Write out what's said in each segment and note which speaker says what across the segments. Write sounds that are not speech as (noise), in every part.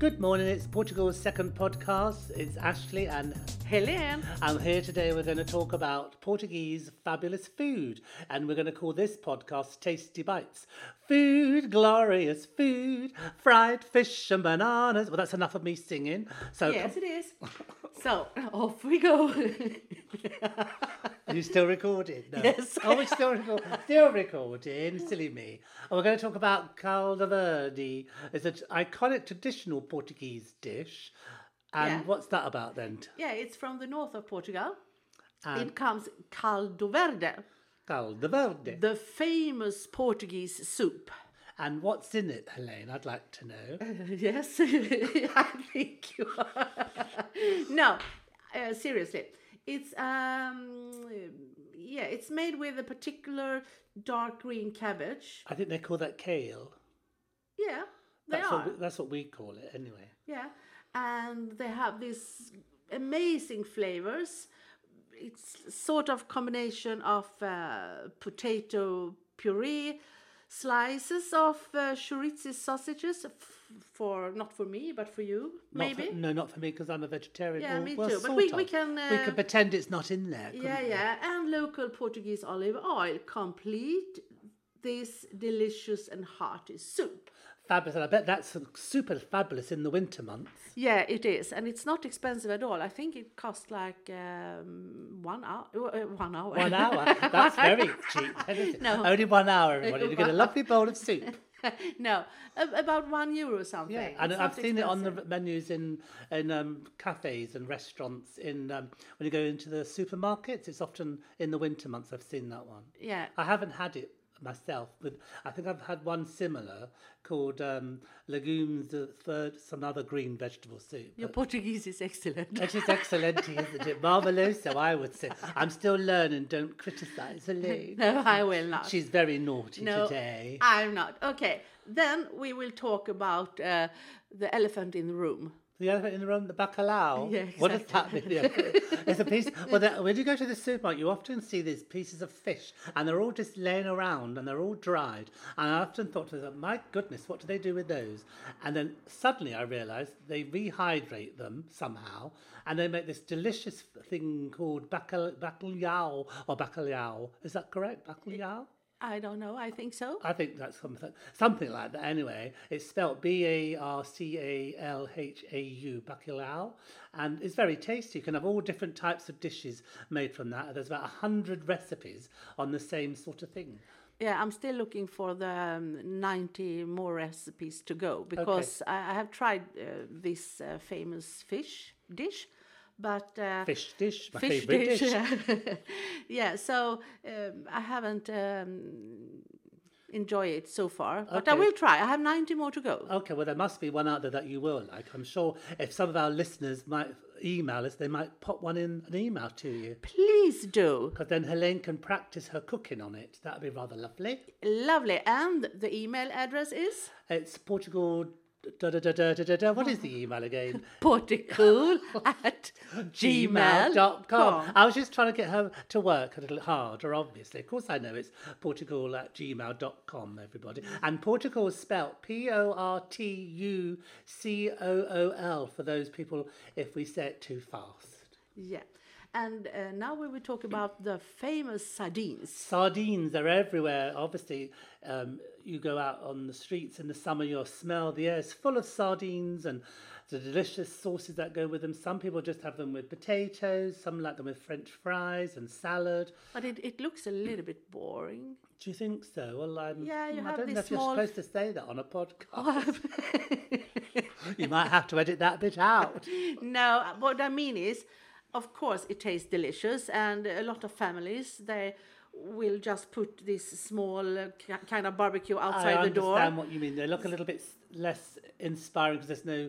Speaker 1: Good morning, it's Portugal's second podcast. It's Ashley and
Speaker 2: Helene.
Speaker 1: I'm here today. We're going to talk about Portuguese fabulous food, and we're going to call this podcast Tasty Bites. Food, glorious food, fried fish and bananas. Well, that's enough of me singing. So,
Speaker 2: Yes, it
Speaker 1: (laughs)
Speaker 2: is. So (laughs) off we go. (laughs)
Speaker 1: you still recording? No.
Speaker 2: Yes.
Speaker 1: Oh, we're still recording. Still recording. Silly me. And we're going to talk about caldo verde. It's an iconic traditional Portuguese dish. And
Speaker 2: Yeah.
Speaker 1: what's that about then?
Speaker 2: yeah, it's from the north of Portugal.
Speaker 1: And
Speaker 2: it comes caldo verde,
Speaker 1: caldo verde.
Speaker 2: the famous Portuguese
Speaker 1: (laughs)
Speaker 2: soup.
Speaker 1: And what's in it, Helene? I'd like to know.
Speaker 2: yes, (laughs) I think you are. (laughs) no, uh, seriously, it's um, yeah, it's made with a particular dark green cabbage.
Speaker 1: I think they call that kale.
Speaker 2: Yeah, they
Speaker 1: that's,
Speaker 2: are.
Speaker 1: What we, that's what we call it anyway.
Speaker 2: Yeah, and they have these amazing flavors. It's sort of combination of uh, potato puree, slices of uh, chorizo sausages f- for not for me but for you
Speaker 1: Not
Speaker 2: maybe.
Speaker 1: For, no, not for me because I'm a vegetarian.
Speaker 2: Yeah,
Speaker 1: Well-
Speaker 2: me
Speaker 1: well,
Speaker 2: too, but
Speaker 1: sort
Speaker 2: we- we
Speaker 1: of.
Speaker 2: can,
Speaker 1: we
Speaker 2: uh,
Speaker 1: can pretend it's not in there.
Speaker 2: yeah,
Speaker 1: couldn't we?
Speaker 2: yeah, and local Portuguese olive oil complete this delicious and hearty soup.
Speaker 1: Fabulous. And I bet that's super fabulous in the winter months.
Speaker 2: Yeah, it is, and it's not expensive at all. I think it costs like um, one hour. Uh, one hour.
Speaker 1: One hour.
Speaker 2: (laughs)
Speaker 1: That's very cheap. isn't it?
Speaker 2: No.
Speaker 1: Only one hour, everybody.
Speaker 2: (laughs)
Speaker 1: You get a
Speaker 2: Wow.
Speaker 1: lovely bowl of soup.
Speaker 2: no, a- about one euro something.
Speaker 1: Yeah,
Speaker 2: It's
Speaker 1: and I've
Speaker 2: not
Speaker 1: seen it on the
Speaker 2: expensive.
Speaker 1: menus in in um, cafes and restaurants. In um, when you go into the supermarkets, it's often in the winter months. I've seen that one.
Speaker 2: Yeah,
Speaker 1: I haven't had it myself, but I think I've had one similar called um, legumes, uh, third, some other green vegetable soup.
Speaker 2: your
Speaker 1: but
Speaker 2: Portuguese is excellent.
Speaker 1: (laughs)
Speaker 2: (laughs)
Speaker 1: It is excellent, isn't it? Marveloso, I would say. I'm still learning. Don't criticise Helene.
Speaker 2: (laughs) no, I will not.
Speaker 1: She's very naughty
Speaker 2: no,
Speaker 1: today.
Speaker 2: I'm not. Okay, then we will talk about uh, the elephant in the room.
Speaker 1: The elephant in the room, the bacalao.
Speaker 2: Yeah,
Speaker 1: What does that mean? Yeah. it's a piece. Well, that, when you go to the supermarket, you often see these pieces of fish, and they're all just laying around, and they're all dried. And I often thought to myself, "My goodness, what do they do with those?" And then suddenly I realised they rehydrate them somehow, and they make this delicious thing called bacal- bacalhau or bacalhau. Is that correct? Bacalhau.
Speaker 2: I don't know. I think so.
Speaker 1: I think that's something something like that. Anyway, it's spelled B A R C A L H A U bacalhau, and it's very tasty. You can have all different types of dishes made from that. There's about a hundred recipes on the same sort of thing.
Speaker 2: Yeah, I'm still looking for the um, 90 more recipes to go because I, I have tried uh, this uh, famous fish dish, but uh,
Speaker 1: Fish dish, my
Speaker 2: fish
Speaker 1: favourite
Speaker 2: dish.
Speaker 1: dish.
Speaker 2: yeah. (laughs) Yeah, so um, I haven't um, enjoyed it so far, but I
Speaker 1: Okay. Uh,
Speaker 2: will try. I have 90 more to go.
Speaker 1: Okay, well there must be one out there that you will like. I'm sure if some of our listeners might email us, they might pop one in an email to you.
Speaker 2: Please do.
Speaker 1: Because then Helene can practice her cooking on it. That'd be rather lovely.
Speaker 2: Lovely. And the email address is
Speaker 1: It's Portugal. Da, da, da, da, da, da, da. What is the email again? (laughs)
Speaker 2: porticool at
Speaker 1: gmail.com.
Speaker 2: gmail.com.
Speaker 1: I was just trying to get her to work a little harder, obviously. Of course, I know it's Portugal at gmail.com, everybody. And Portugal is spelt P O R T U C O O L for those people if we say it too fast.
Speaker 2: Yeah. And uh, now we will talk about the famous sardines.
Speaker 1: Sardines are everywhere. Obviously, um, you go out on the streets in the summer, you'll smell the air is full of sardines and the delicious sauces that go with them. Some people just have them with potatoes, some like them with French fries and salad.
Speaker 2: But it, it looks a little bit boring.
Speaker 1: Do you think so? Well, I'm, hmm,
Speaker 2: Yeah, you
Speaker 1: I
Speaker 2: have
Speaker 1: don't know
Speaker 2: this
Speaker 1: if
Speaker 2: small-
Speaker 1: you're supposed to say that on a
Speaker 2: (laughs)
Speaker 1: podcast. (laughs) you might have to edit that bit
Speaker 2: (laughs)
Speaker 1: out.
Speaker 2: No, uh, what I mean is, of course, it tastes delicious, and a lot of families they will just put this small uh, ki- kind of barbecue outside
Speaker 1: I
Speaker 2: the door.
Speaker 1: understand what you mean. They look a little bit s- less inspiring because there's no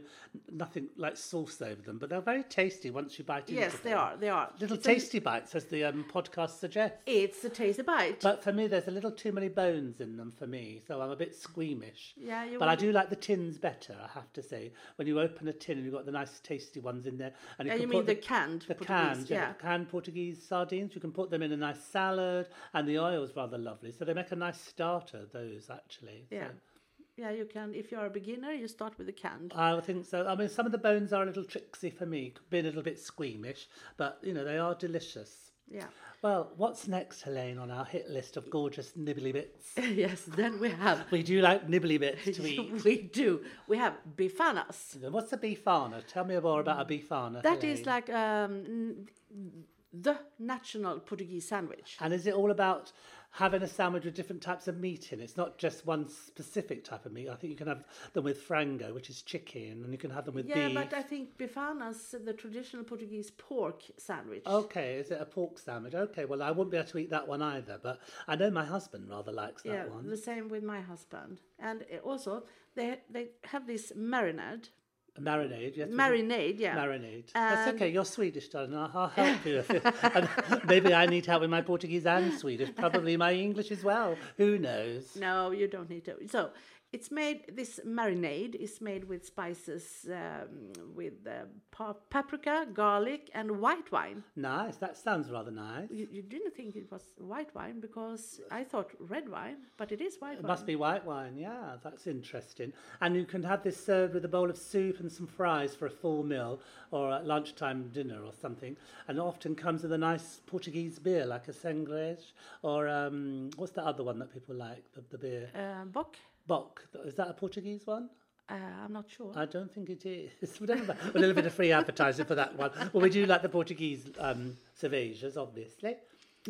Speaker 1: nothing like sauce over them, but they're very tasty once you bite into
Speaker 2: Yes, they
Speaker 1: them.
Speaker 2: are. They are
Speaker 1: Little
Speaker 2: It's a-
Speaker 1: tasty bites, as the um, podcast suggests.
Speaker 2: It's a tasty bite.
Speaker 1: But for me, there's a little too many bones in them for me, so I'm a bit squeamish.
Speaker 2: Yeah, you
Speaker 1: But I
Speaker 2: would-
Speaker 1: do like the tins better, I have to say. When you open a tin and you've got the nice, tasty ones in there, and you,
Speaker 2: Uh,
Speaker 1: can
Speaker 2: you
Speaker 1: put
Speaker 2: mean the canned
Speaker 1: the
Speaker 2: Portuguese?
Speaker 1: canned, yeah,
Speaker 2: yeah.
Speaker 1: the canned Portuguese sardines. You can put them in a nice salad, and the oil's rather lovely. So they make a nice starter. Those actually.
Speaker 2: Yeah.
Speaker 1: So
Speaker 2: Yeah, you can. If you're a beginner, you start with the canned.
Speaker 1: I think so. I mean, some of the bones are a little tricksy for me, being a little bit squeamish, but you know, they are delicious.
Speaker 2: Yeah. (laughs)
Speaker 1: Well, what's next, Helene, on our hit list of gorgeous nibbly bits?
Speaker 2: yes, then we have.
Speaker 1: We do like nibbly bits to
Speaker 2: (laughs)
Speaker 1: eat.
Speaker 2: we do. We have bifanas.
Speaker 1: What's a beefana? Tell me more about a beefana.
Speaker 2: That is
Speaker 1: Helene.
Speaker 2: like um, n- the national Portuguese sandwich.
Speaker 1: And is it all about having a sandwich with different types of meat in? It's not just one specific type of meat. I think you can have them with frango, which is chicken, and you can have them with
Speaker 2: Yeah,
Speaker 1: beef.
Speaker 2: but I think bifanas, the traditional Portuguese pork sandwich.
Speaker 1: Okay, is it a pork sandwich? Okay, well, I wouldn't be able to eat that one either, but I know my husband rather likes that
Speaker 2: yeah,
Speaker 1: one.
Speaker 2: the same with my husband. And uh, also, they they have this marinade,
Speaker 1: A marinade, yes. we do-
Speaker 2: marinade, yeah,
Speaker 1: Marinade. That's
Speaker 2: And-
Speaker 1: okay, you're Swedish, darling. I'll, I'll help you. If it, (laughs) and maybe I need help with my Portuguese and Swedish, probably my English as well. Who knows?
Speaker 2: No, you don't need to. So it's made. This marinade is made with spices, um, with uh, pa- paprika, garlic, and white wine.
Speaker 1: Nice, that sounds rather nice.
Speaker 2: You, you didn't think it was white wine because I thought red wine, but it is white
Speaker 1: It
Speaker 2: wine.
Speaker 1: must be white wine, yeah, that's interesting. And you can have this served with a bowl of soup and some fries for a full meal or at lunchtime dinner or something. And it often comes with a nice Portuguese beer like a Sangres or um, what's the other one that people like, the, the beer?
Speaker 2: uh, bock.
Speaker 1: Bock, is that a Portuguese one?
Speaker 2: Uh, I'm not sure.
Speaker 1: I don't think it is. (laughs) Whatever. a little bit of free advertising for that one. Well, we do like the Portuguese um, cervejas, obviously.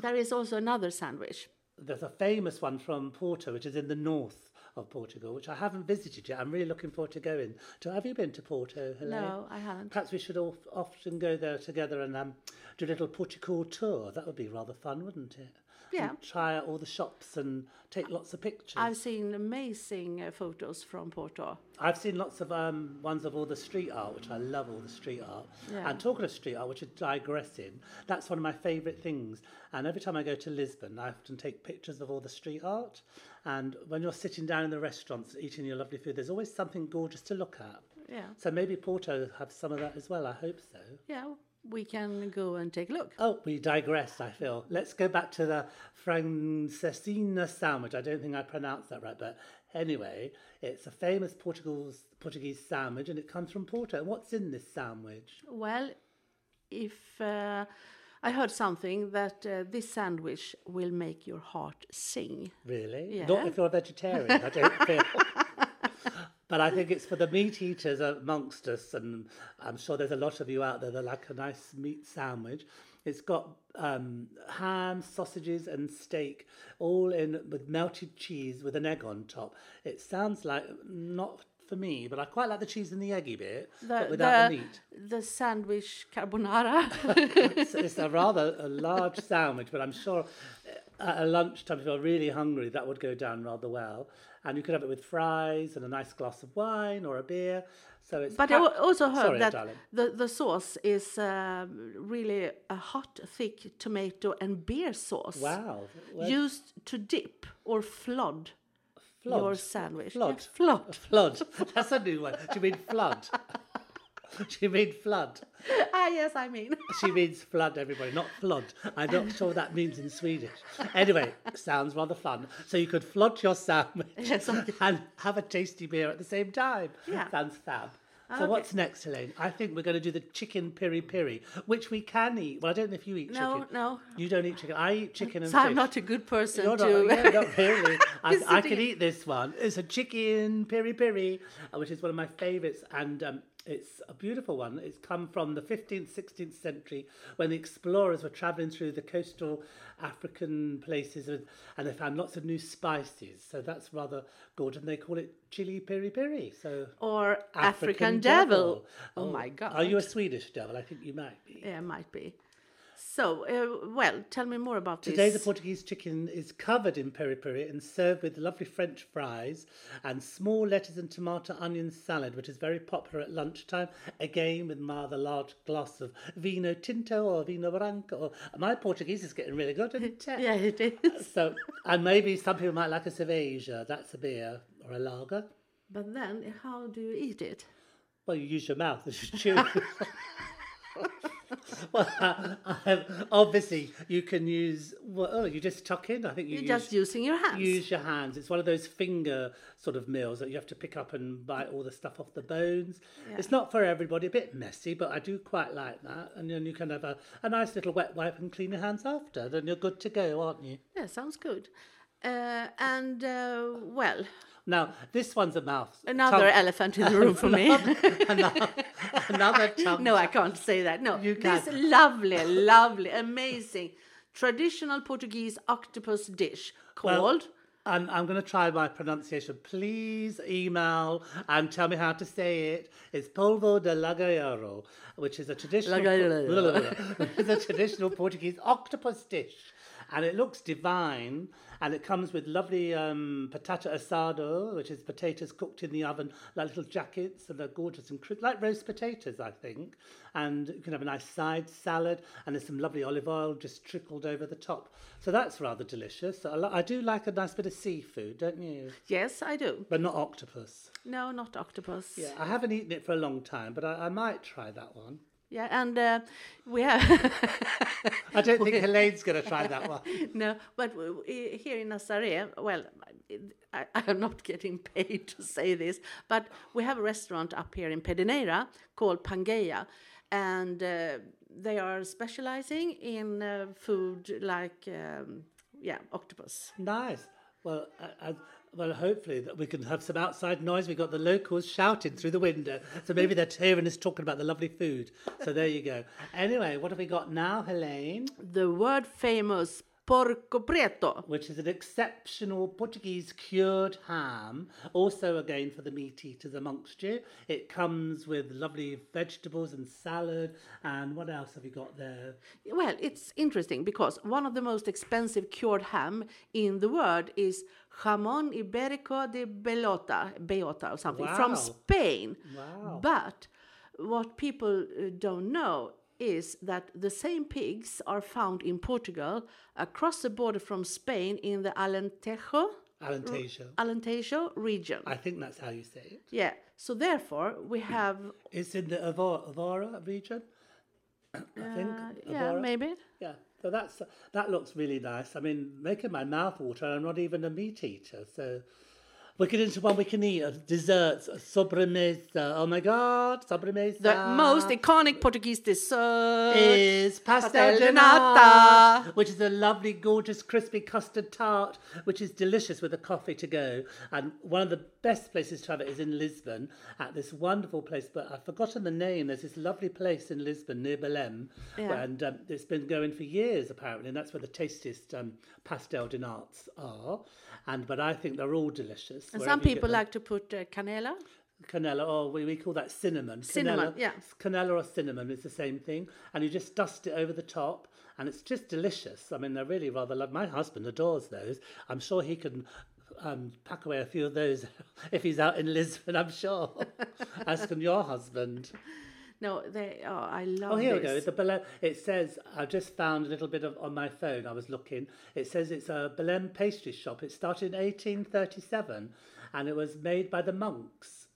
Speaker 2: there is also another sandwich.
Speaker 1: There's a famous one from Porto, which is in the north of Portugal, which I haven't visited yet. I'm really looking forward to going. To have you been to Porto, Helene?
Speaker 2: No, I haven't.
Speaker 1: Perhaps we should all often go there together and um, do a little Portugal tour. That would be rather fun, wouldn't it?
Speaker 2: Yeah.
Speaker 1: And try out all the shops and take lots of pictures.
Speaker 2: I've seen amazing uh, photos from Porto.
Speaker 1: I've seen lots of um, ones of all the street art, which I love all the street art.
Speaker 2: Yeah.
Speaker 1: And talking of street art, which is digressing, that's one of my favourite things. And every time I go to Lisbon, I often take pictures of all the street art. And when you're sitting down in the restaurants eating your lovely food, there's always something gorgeous to look at.
Speaker 2: Yeah,
Speaker 1: So maybe Porto have some of that as well. I hope so.
Speaker 2: yeah, we can go and take a look.
Speaker 1: Oh, we digress, I feel. Let's go back to the Francesina sandwich. I don't think I pronounced that right, but anyway, it's a famous Portugal's, Portuguese sandwich and it comes from Porto. What's in this sandwich?
Speaker 2: Well, if uh, I heard something that uh, this sandwich will make your heart sing.
Speaker 1: Really? Not
Speaker 2: Yeah.
Speaker 1: if you're a vegetarian, I don't (laughs) feel. But I think it's for the meat eaters amongst us, and I'm sure there's a lot of you out there that like a nice meat sandwich. It's got um, ham, sausages, and steak, all in with melted cheese with an egg on top. It sounds like not for me, but I quite like the cheese and the eggy bit, but without the meat.
Speaker 2: the sandwich carbonara. (laughs)
Speaker 1: it's, it's a rather a large sandwich, but I'm sure uh, at a lunchtime, if you're really hungry, that would go down rather well. And you could have it with fries and a nice glass of wine or a beer. So it's. (laughs)
Speaker 2: but I
Speaker 1: packed-
Speaker 2: al- also heard
Speaker 1: Sorry,
Speaker 2: that
Speaker 1: darling.
Speaker 2: the, the sauce is um, really a hot, thick tomato and beer sauce
Speaker 1: Wow. Well,
Speaker 2: used to dip or flood,
Speaker 1: Flood?
Speaker 2: your sandwich. Yeah,
Speaker 1: Flood?
Speaker 2: (laughs) flood.
Speaker 1: flood. (laughs) That's a new one. Do you mean flood? (laughs) Do you mean flood?
Speaker 2: ah, yes, I mean.
Speaker 1: She means flood, everybody, not flood. I'm not sure what that means in Swedish. Anyway, sounds rather fun. So you could flood your sandwich
Speaker 2: Yes, I-
Speaker 1: and have a tasty beer at the same time.
Speaker 2: Yeah.
Speaker 1: Sounds fab. So
Speaker 2: Okay.
Speaker 1: what's next, Helene? I think we're going to do the chicken piri piri, which we can eat. Well, I don't know if you eat
Speaker 2: No,
Speaker 1: chicken.
Speaker 2: no.
Speaker 1: You don't eat chicken. I eat chicken and
Speaker 2: So I'm
Speaker 1: fish.
Speaker 2: not a good person
Speaker 1: You're
Speaker 2: (laughs) to.
Speaker 1: not, yeah, Oh, not really. I, I
Speaker 2: sitting-
Speaker 1: could eat this one. It's a chicken piri piri, uh, which is one of my favourites, and um, it's a beautiful one. It's come from the 15th, 16th century when the explorers were travelling through the coastal African places with, and they found lots of new spices. So that's rather good, and they call it chili piri piri. So.
Speaker 2: or African, devil. Oh,
Speaker 1: Oh,
Speaker 2: my God.
Speaker 1: Are you a Swedish devil? I think you might be.
Speaker 2: Yeah, might be. So, uh, well, tell me more about
Speaker 1: Today, the
Speaker 2: this.
Speaker 1: Portuguese chicken is covered in peri peri and served with lovely French fries and small lettuce and tomato onion salad, which is very popular at lunchtime. Again, with rather large glass of vino tinto or vino branco. My Portuguese is getting really good,
Speaker 2: (laughs)
Speaker 1: isn't it?
Speaker 2: (laughs) yeah, it is.
Speaker 1: So, and maybe some people might like a cerveja. That's a beer or a lager.
Speaker 2: But then, how do you eat it?
Speaker 1: Well, you use your mouth as you
Speaker 2: (laughs)
Speaker 1: chew. (laughs) well, I- I- obviously, you can use Well, you just tuck in. I think you
Speaker 2: You're
Speaker 1: use,
Speaker 2: just using your hands.
Speaker 1: use your hands. It's one of those finger sort of meals that you have to pick up and bite all the stuff off the bones. It's not for everybody. A bit messy, but I do quite like that. And then you can have a, a nice little wet wipe and clean your hands after. Then you're good to go, aren't you?
Speaker 2: Yeah, sounds good. Uh, and uh, well,
Speaker 1: (laughs) Now this one's a mouth.
Speaker 2: another
Speaker 1: tongue-
Speaker 2: elephant in the room
Speaker 1: (laughs)
Speaker 2: for me.
Speaker 1: another, (laughs)
Speaker 2: (laughs)
Speaker 1: another tongue.
Speaker 2: no, I can't say that. No,
Speaker 1: You
Speaker 2: this
Speaker 1: can. (laughs)
Speaker 2: lovely, lovely, amazing traditional Portuguese octopus dish called.
Speaker 1: And I'm going to try my pronunciation. Please email and tell me how to say it. It's polvo de lagareiro, which is a traditional
Speaker 2: Lagareiro.
Speaker 1: (laughs) it's a traditional Portuguese octopus dish, and it looks divine. And it comes with lovely um, patata asado, which is potatoes cooked in the oven, like little jackets, and they're gorgeous and crisp, like roast potatoes, I think. And you can have a nice side salad, and there's some lovely olive oil just trickled over the top. So that's rather delicious. So I, li- I do like a nice bit of seafood, don't you?
Speaker 2: yes, I do.
Speaker 1: But not octopus.
Speaker 2: No, not octopus.
Speaker 1: Yeah, I haven't eaten it for a long time, but I, I might try that one.
Speaker 2: Yeah, and uh, we have (laughs)
Speaker 1: (laughs) I don't think Helene's going to try that one.
Speaker 2: no, but w- w- here in Nazaré, well, I, I am not getting paid to say this, but we have a restaurant up here in Pedinera called Pangeia, and uh, they are specializing in uh, food like um, yeah, octopus.
Speaker 1: Nice. Well, I, I, well, hopefully that we can have some outside noise. We've got the locals shouting through the window, so maybe they're hearing us talking about the lovely food. So there you go. Anyway, what have we got now, Helene?
Speaker 2: The world famous porco preto.
Speaker 1: Which is an exceptional Portuguese cured ham. Also, again for the meat eaters amongst you, it comes with lovely vegetables and salad. And what else have you got there?
Speaker 2: Well, it's interesting because one of the most expensive cured ham in the world is jamón ibérico de Belota, Beota or something
Speaker 1: Wow.
Speaker 2: from Spain.
Speaker 1: Wow.
Speaker 2: But what people uh, don't know is that the same pigs are found in Portugal across the border from Spain in the Alentejo,
Speaker 1: Alentejo.
Speaker 2: Alentejo region.
Speaker 1: I think that's how you say it.
Speaker 2: yeah. So therefore, we have
Speaker 1: It's in the Avora, Avora region. I think.
Speaker 2: uh, yeah,
Speaker 1: Evora.
Speaker 2: maybe
Speaker 1: Yeah, so that's that looks really nice. I mean, making my mouth water. and I'm not even a meat eater, so we get into one we can eat uh, desserts, uh, sobremesa. Oh my god, sobremesa.
Speaker 2: the most iconic Portuguese dessert.
Speaker 1: is pastel de
Speaker 2: pastel de
Speaker 1: nata,
Speaker 2: nata.
Speaker 1: which is a lovely, gorgeous, crispy custard tart, which is delicious with a coffee to go. And one of the best places to have it is in Lisbon at this wonderful place, but I've forgotten the name. There's this lovely place in Lisbon near Belém,
Speaker 2: Yeah.
Speaker 1: and um, it's been going for years apparently, and that's where the tastiest um, pastel de natas are. And but I think they're all delicious.
Speaker 2: And
Speaker 1: wherever
Speaker 2: some
Speaker 1: you get
Speaker 2: people
Speaker 1: them.
Speaker 2: like to put uh, canela.
Speaker 1: Canela, or we, we call that cinnamon.
Speaker 2: Cinnamon,
Speaker 1: Canela-
Speaker 2: yeah.
Speaker 1: Canela or cinnamon is the same thing. And you just dust it over the top, and it's just delicious. I mean, they're really rather love. My husband adores those. I'm sure he can um, pack away a few of those (laughs) if he's out in Lisbon, I'm
Speaker 2: (laughs)
Speaker 1: sure. As can your husband.
Speaker 2: No, they. Oh, I love.
Speaker 1: Oh, here
Speaker 2: this.
Speaker 1: we go. The Belém. It says I've just found a little bit of on my phone. I was looking. It says it's a Belém pastry shop. It started in 1837, and it was made by the monks.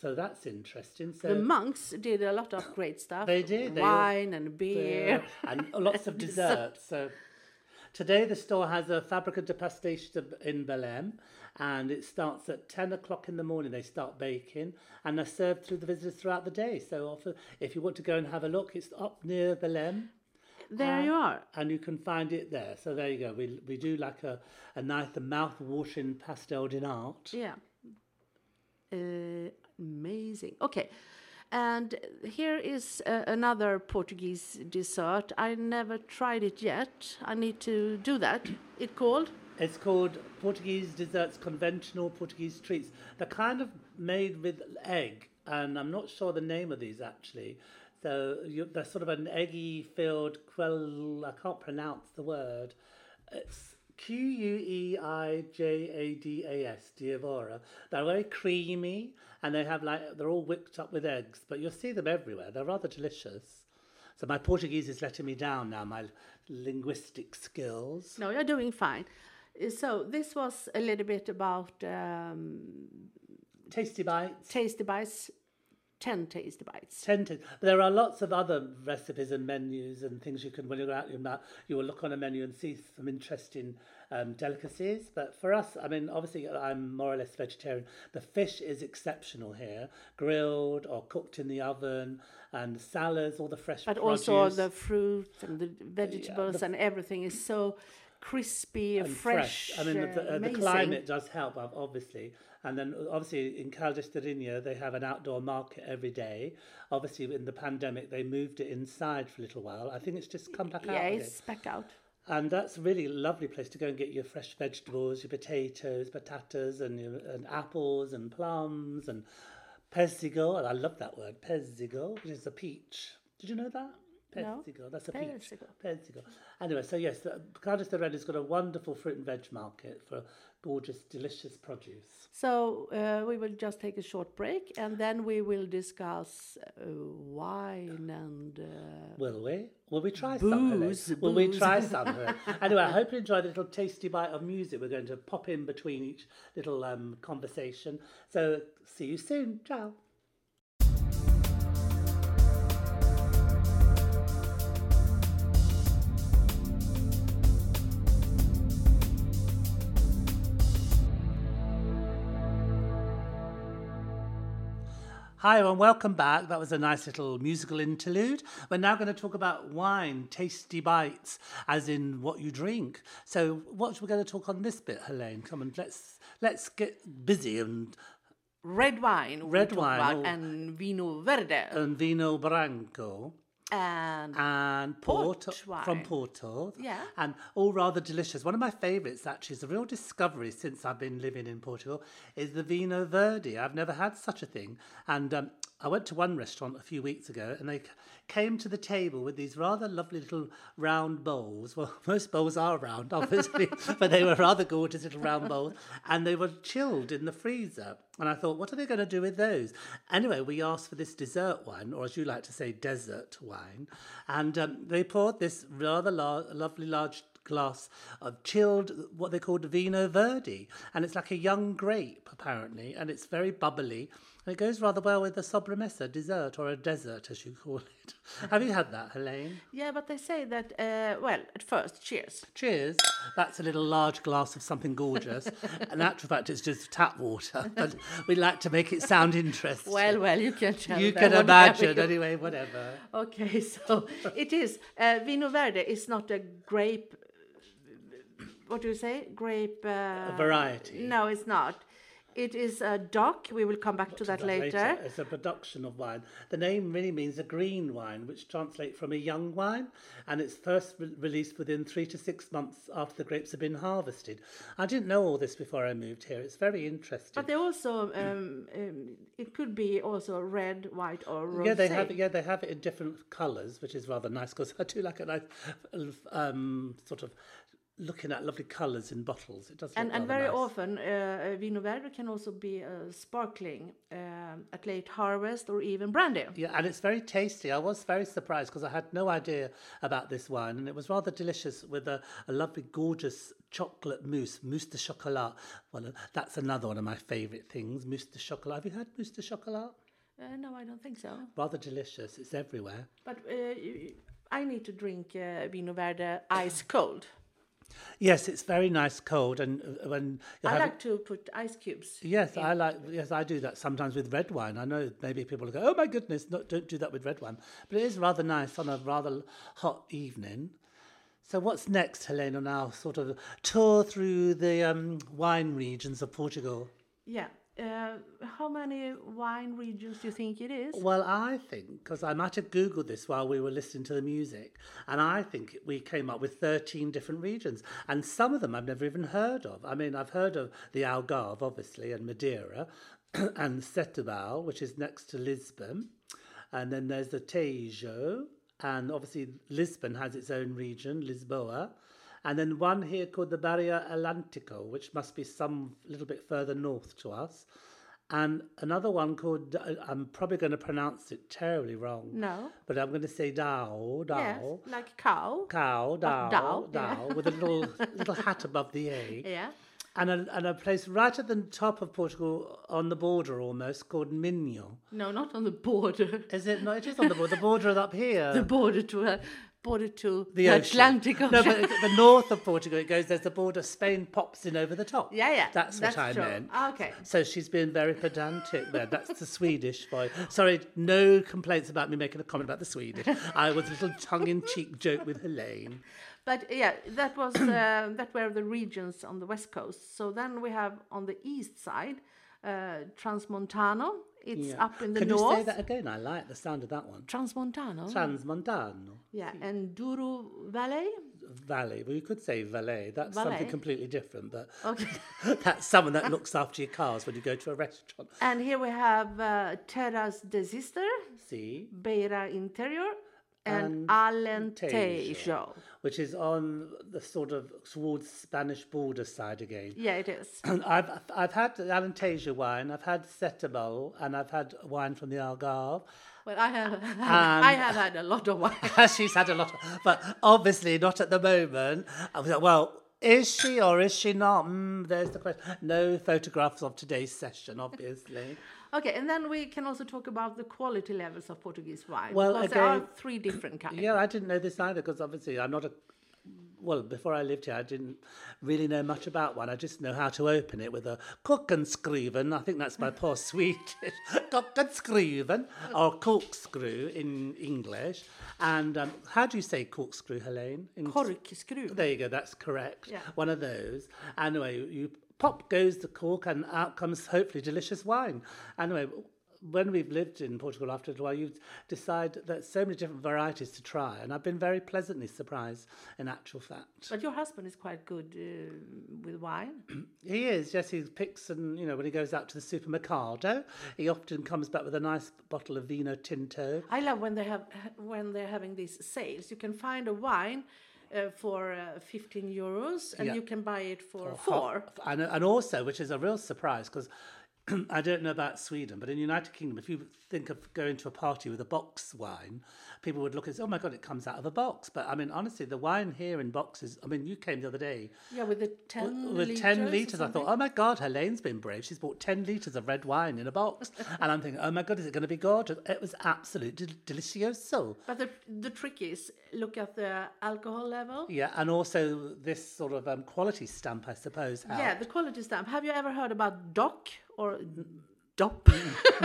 Speaker 1: So that's interesting. So
Speaker 2: The monks did a lot of great stuff.
Speaker 1: They did, they all-
Speaker 2: Wine and beer.
Speaker 1: and lots of desserts. So today the store has a Fabrica de Pastéis de- in Belém, and it starts at ten o'clock in the morning. They start baking, and they're served through the visitors throughout the day. So often, if you want to go and have a look, it's up near Belém.
Speaker 2: There you are.
Speaker 1: And you can find it there. So there you go. We, we do like a, a nice mouth-watering pastel din art.
Speaker 2: Yeah. Uh, amazing. Okay. And here is uh, another Portuguese dessert. I never tried it yet. I need to do that. It called
Speaker 1: It's called Portuguese desserts, conventional Portuguese treats. They're kind of made with egg, and I'm not sure the name of these actually. So you, they're sort of an eggy filled quel. I can't pronounce the word. It's Q U E I J A D A S, Diavora. They're very creamy, and they have like they're all whipped up with eggs. But you'll see them everywhere. They're rather delicious. So my Portuguese is letting me down now. My linguistic skills.
Speaker 2: No, you're doing fine. Uh, So this was a little bit about um,
Speaker 1: Tasty bites.
Speaker 2: tasty bites 10 taste bites.
Speaker 1: Tented. But there are lots of other recipes and menus and things you can, when you go out, you, ma- you will look on a menu and see some interesting um, delicacies. But for us, I mean, obviously, uh, I'm more or less vegetarian. The fish is exceptional here, grilled or cooked in the oven, and salads, all the fresh
Speaker 2: But
Speaker 1: produce.
Speaker 2: also all the fruit and the vegetables and everything is so crispy and
Speaker 1: and
Speaker 2: fresh.
Speaker 1: I mean,
Speaker 2: uh,
Speaker 1: the, the, the
Speaker 2: amazing.
Speaker 1: climate does help, ob- obviously. And then, uh, obviously, in Caldesterinha, they have an outdoor market every day. Obviously, in the pandemic, they moved it inside for a little while. I think it's just come back
Speaker 2: Yeah,
Speaker 1: out. again.
Speaker 2: it's back out.
Speaker 1: And that's really a lovely place to go and get your fresh vegetables, your potatoes, patatas, and, your, and apples and plums and pezzigo. And I love that word, pezzigo, which is a peach. Did you know that?
Speaker 2: No.
Speaker 1: Pezzigo, that's a peach.
Speaker 2: Pezzigo.
Speaker 1: Pezzigo. Anyway, so yes, the- Cardiff the Red has got a wonderful fruit and veg market for gorgeous, delicious produce.
Speaker 2: So uh, we will just take a short break and then we will discuss uh, wine and. Uh,
Speaker 1: Will we? Will we try some? Helene?
Speaker 2: Booze,
Speaker 1: Will we
Speaker 2: booze.
Speaker 1: try some?
Speaker 2: (laughs)
Speaker 1: Helene? anyway, I hope you enjoy the little tasty bite of music we're going to pop in between each little um, conversation. So see you soon. Ciao. Hi, everyone. Welcome back. That was a nice little musical interlude. We're now going to talk about wine, tasty bites, as in what you drink. So, what we're going to talk on this bit, Helene? Come on, let's let's get busy and
Speaker 2: red wine. we
Speaker 1: Red
Speaker 2: talk
Speaker 1: wine,
Speaker 2: about,
Speaker 1: oh. Uh,
Speaker 2: and vino verde
Speaker 1: and vino branco.
Speaker 2: and
Speaker 1: uh, and Porto,
Speaker 2: Port wine.
Speaker 1: from Porto.
Speaker 2: Yeah.
Speaker 1: And all rather delicious. One of my favourites, actually, is a real discovery since I've been living in Portugal, is the Vino Verde. I've never had such a thing. And um, I went to one restaurant a few weeks ago and they c- came to the table with these rather lovely little round bowls. Well, (laughs) most bowls are round, obviously, (laughs) but they were rather gorgeous little round bowls. And they were chilled in the freezer. And I thought, what are they going to do with those? Anyway, we asked for this dessert wine, or as you like to say, desert wine. And um, they poured this rather lar- lovely large glass of chilled, what they called Vino Verde. And it's like a young grape, apparently, and it's very bubbly. And it goes rather well with a sobremesa dessert, or a dessert, as you call it. (laughs) Have you had that, Helene?
Speaker 2: yeah, but they say that uh, well at first cheers.
Speaker 1: Cheers. That's a little large glass of something gorgeous. (laughs) In actual fact, it's just tap water, (laughs) but we like to make it sound interesting.
Speaker 2: Well, well, you can tell.
Speaker 1: you
Speaker 2: that
Speaker 1: can
Speaker 2: one, (laughs)
Speaker 1: imagine.
Speaker 2: yeah.
Speaker 1: Anyway, whatever.
Speaker 2: Okay, (laughs) so it is uh, Vino Verde is not a grape. What do you say? Grape uh,
Speaker 1: variety.
Speaker 2: No, it's not. It is a dock. We will come back to that later.
Speaker 1: It's a production of wine. The name really means a green wine, which translates from a young wine, and it's first re- released within three to six months after the grapes have been harvested. I didn't know all this before I moved here. It's very interesting.
Speaker 2: But they also um, um, it could be also red, white, or rosé.
Speaker 1: Yeah, they have it. Yeah, they have it in different colours, which is rather nice because I do like a nice um, sort of looking at lovely colours in bottles. It does look
Speaker 2: And, and
Speaker 1: rather
Speaker 2: very
Speaker 1: nice.
Speaker 2: often, uh, Vino Verde can also be uh, sparkling um, at late harvest or even brandy.
Speaker 1: Yeah, and it's very tasty. I was very surprised because I had no idea about this wine, and it was rather delicious with a, a lovely, gorgeous chocolate mousse, mousse de chocolat. Well, uh, that's another one of my favourite things, mousse de chocolat. Have you had mousse de chocolat?
Speaker 2: Uh, no, I don't think so.
Speaker 1: Rather delicious. It's everywhere.
Speaker 2: But uh, you- I need to drink uh, Vino Verde ice cold.
Speaker 1: Yes, it's very nice cold, and uh, when you
Speaker 2: I
Speaker 1: have it-
Speaker 2: like to put ice cubes.
Speaker 1: Yes, I like. Yes, I do that sometimes with red wine. I know maybe people go, "Oh my goodness, no, don't do that with red wine," but it is rather nice on a rather l- hot evening. So, what's next, Helene, on our sort of tour through the um, wine regions of Portugal?
Speaker 2: Yeah. Uh, how many wine regions do you think it is?
Speaker 1: Well, I think because I might have googled this while we were listening to the music, and I think we came up with thirteen different regions, and some of them I've never even heard of. I mean, I've heard of the Algarve, obviously, and Madeira, (clears throat) and Setúbal, which is next to Lisbon, and then there's the Tejo, and obviously Lisbon has its own region, Lisboa. And then one here called the Barrio Atlantico, which must be some little bit further north to us and another one called I- I'm probably going to pronounce it terribly wrong.
Speaker 2: No.
Speaker 1: But I'm going to say Dao, Dao,
Speaker 2: Yes, like cow.
Speaker 1: cow, Dao,
Speaker 2: Dao,
Speaker 1: Dao,
Speaker 2: yeah. (laughs)
Speaker 1: with a little little hat above the A.
Speaker 2: Yeah.
Speaker 1: and a, and a place right at the top of Portugal on the border almost called Minho.
Speaker 2: No, not on
Speaker 1: (laughs)
Speaker 2: the border.
Speaker 1: Is it not? It is on the border. The border is up here.
Speaker 2: The border to uh, border to the,
Speaker 1: the ocean.
Speaker 2: Atlantic Ocean. (laughs)
Speaker 1: No, but it's at the north of Portugal, it goes, there's the border, Spain pops in over the top.
Speaker 2: yeah, yeah.
Speaker 1: That's, what I
Speaker 2: true.
Speaker 1: meant.
Speaker 2: Okay.
Speaker 1: So she's been very pedantic there. That's the Swedish boy. Sorry, no complaints about me making a comment about the Swedish. I was a little tongue in cheek joke with Helene.
Speaker 2: But yeah, that was uh, (clears throat) that were the regions on the west coast. So then we have on the east side, uh, Transmontano. It's
Speaker 1: Yeah.
Speaker 2: up in the
Speaker 1: Can
Speaker 2: north.
Speaker 1: you say that again? I like the sound of that one.
Speaker 2: Transmontano.
Speaker 1: Transmontano
Speaker 2: yeah, and Douro Valley.
Speaker 1: Valley. Well, you could say valet. That's something
Speaker 2: Valet.
Speaker 1: completely different, but
Speaker 2: Okay.
Speaker 1: (laughs) that's someone that looks after your cars when you go to a restaurant.
Speaker 2: and here we have uh, Terras Desister,
Speaker 1: See?
Speaker 2: Beira Interior,
Speaker 1: And
Speaker 2: and, Alentejo.
Speaker 1: Which is on the sort of towards Spanish border side again.
Speaker 2: Yeah, it is.
Speaker 1: And (clears throat) I've I've had Alentejo wine, I've had Setebal, and I've had wine from the Algarve. (laughs)
Speaker 2: Well, I have, (laughs) I have had a lot of wine.
Speaker 1: She's had a lot, of, but obviously not at the moment. I was like, well, is she or is she not? Mm, there's the question. No photographs of today's session, obviously.
Speaker 2: (laughs) Okay, and then we can also talk about the quality levels of Portuguese wine.
Speaker 1: Well,
Speaker 2: because there are
Speaker 1: again-
Speaker 2: three different kinds.
Speaker 1: yeah, I didn't know this either because obviously I'm not a. Well, before I lived here, I didn't really know much about one. I just know how to open it with a kokenskriven. I think that's my poor Swedish. kokenskriven or corkscrew in English. And um, how do you say corkscrew, Helene? In
Speaker 2: Korkskruv.
Speaker 1: There you go, that's correct.
Speaker 2: Yeah.
Speaker 1: One of those. Anyway, you- you pop goes the cork and out comes hopefully delicious wine. Anyway, when we've lived in Portugal after a little while, you decide there's so many different varieties to try, and I've been very pleasantly surprised in actual fact.
Speaker 2: But your husband is quite good uh, with wine.
Speaker 1: He is, yes, he picks and, you know, when he goes out to the supermercado, he often comes back with a nice bottle of Vino Tinto.
Speaker 2: I love when they have when they're having these sales. You can find a wine uh, for uh, 15 euros, and
Speaker 1: Yeah.
Speaker 2: you can buy it for
Speaker 1: Hot-
Speaker 2: four.
Speaker 1: And, and also, which is a real surprise because (clears throat) I don't know about Sweden, but in the United Kingdom, if you think of going to a party with a box wine, people would look and say, oh my God, it comes out of a box. But I mean, honestly, the wine here in boxes, I mean, you came the other day
Speaker 2: Yeah, with the 10
Speaker 1: with
Speaker 2: liters
Speaker 1: 10
Speaker 2: or
Speaker 1: litres. I
Speaker 2: something.
Speaker 1: thought, oh my God, Helene's been brave. She's bought 10 litres of red wine in a box. and I'm thinking, oh my God, is it going to be gorgeous? It was absolutely del- delicioso.
Speaker 2: But the, the trick is look at the alcohol level.
Speaker 1: Yeah, and also this sort of um, quality stamp, I suppose. helped.
Speaker 2: Yeah, the quality stamp. Have you ever heard about DOC or (laughs) DOP?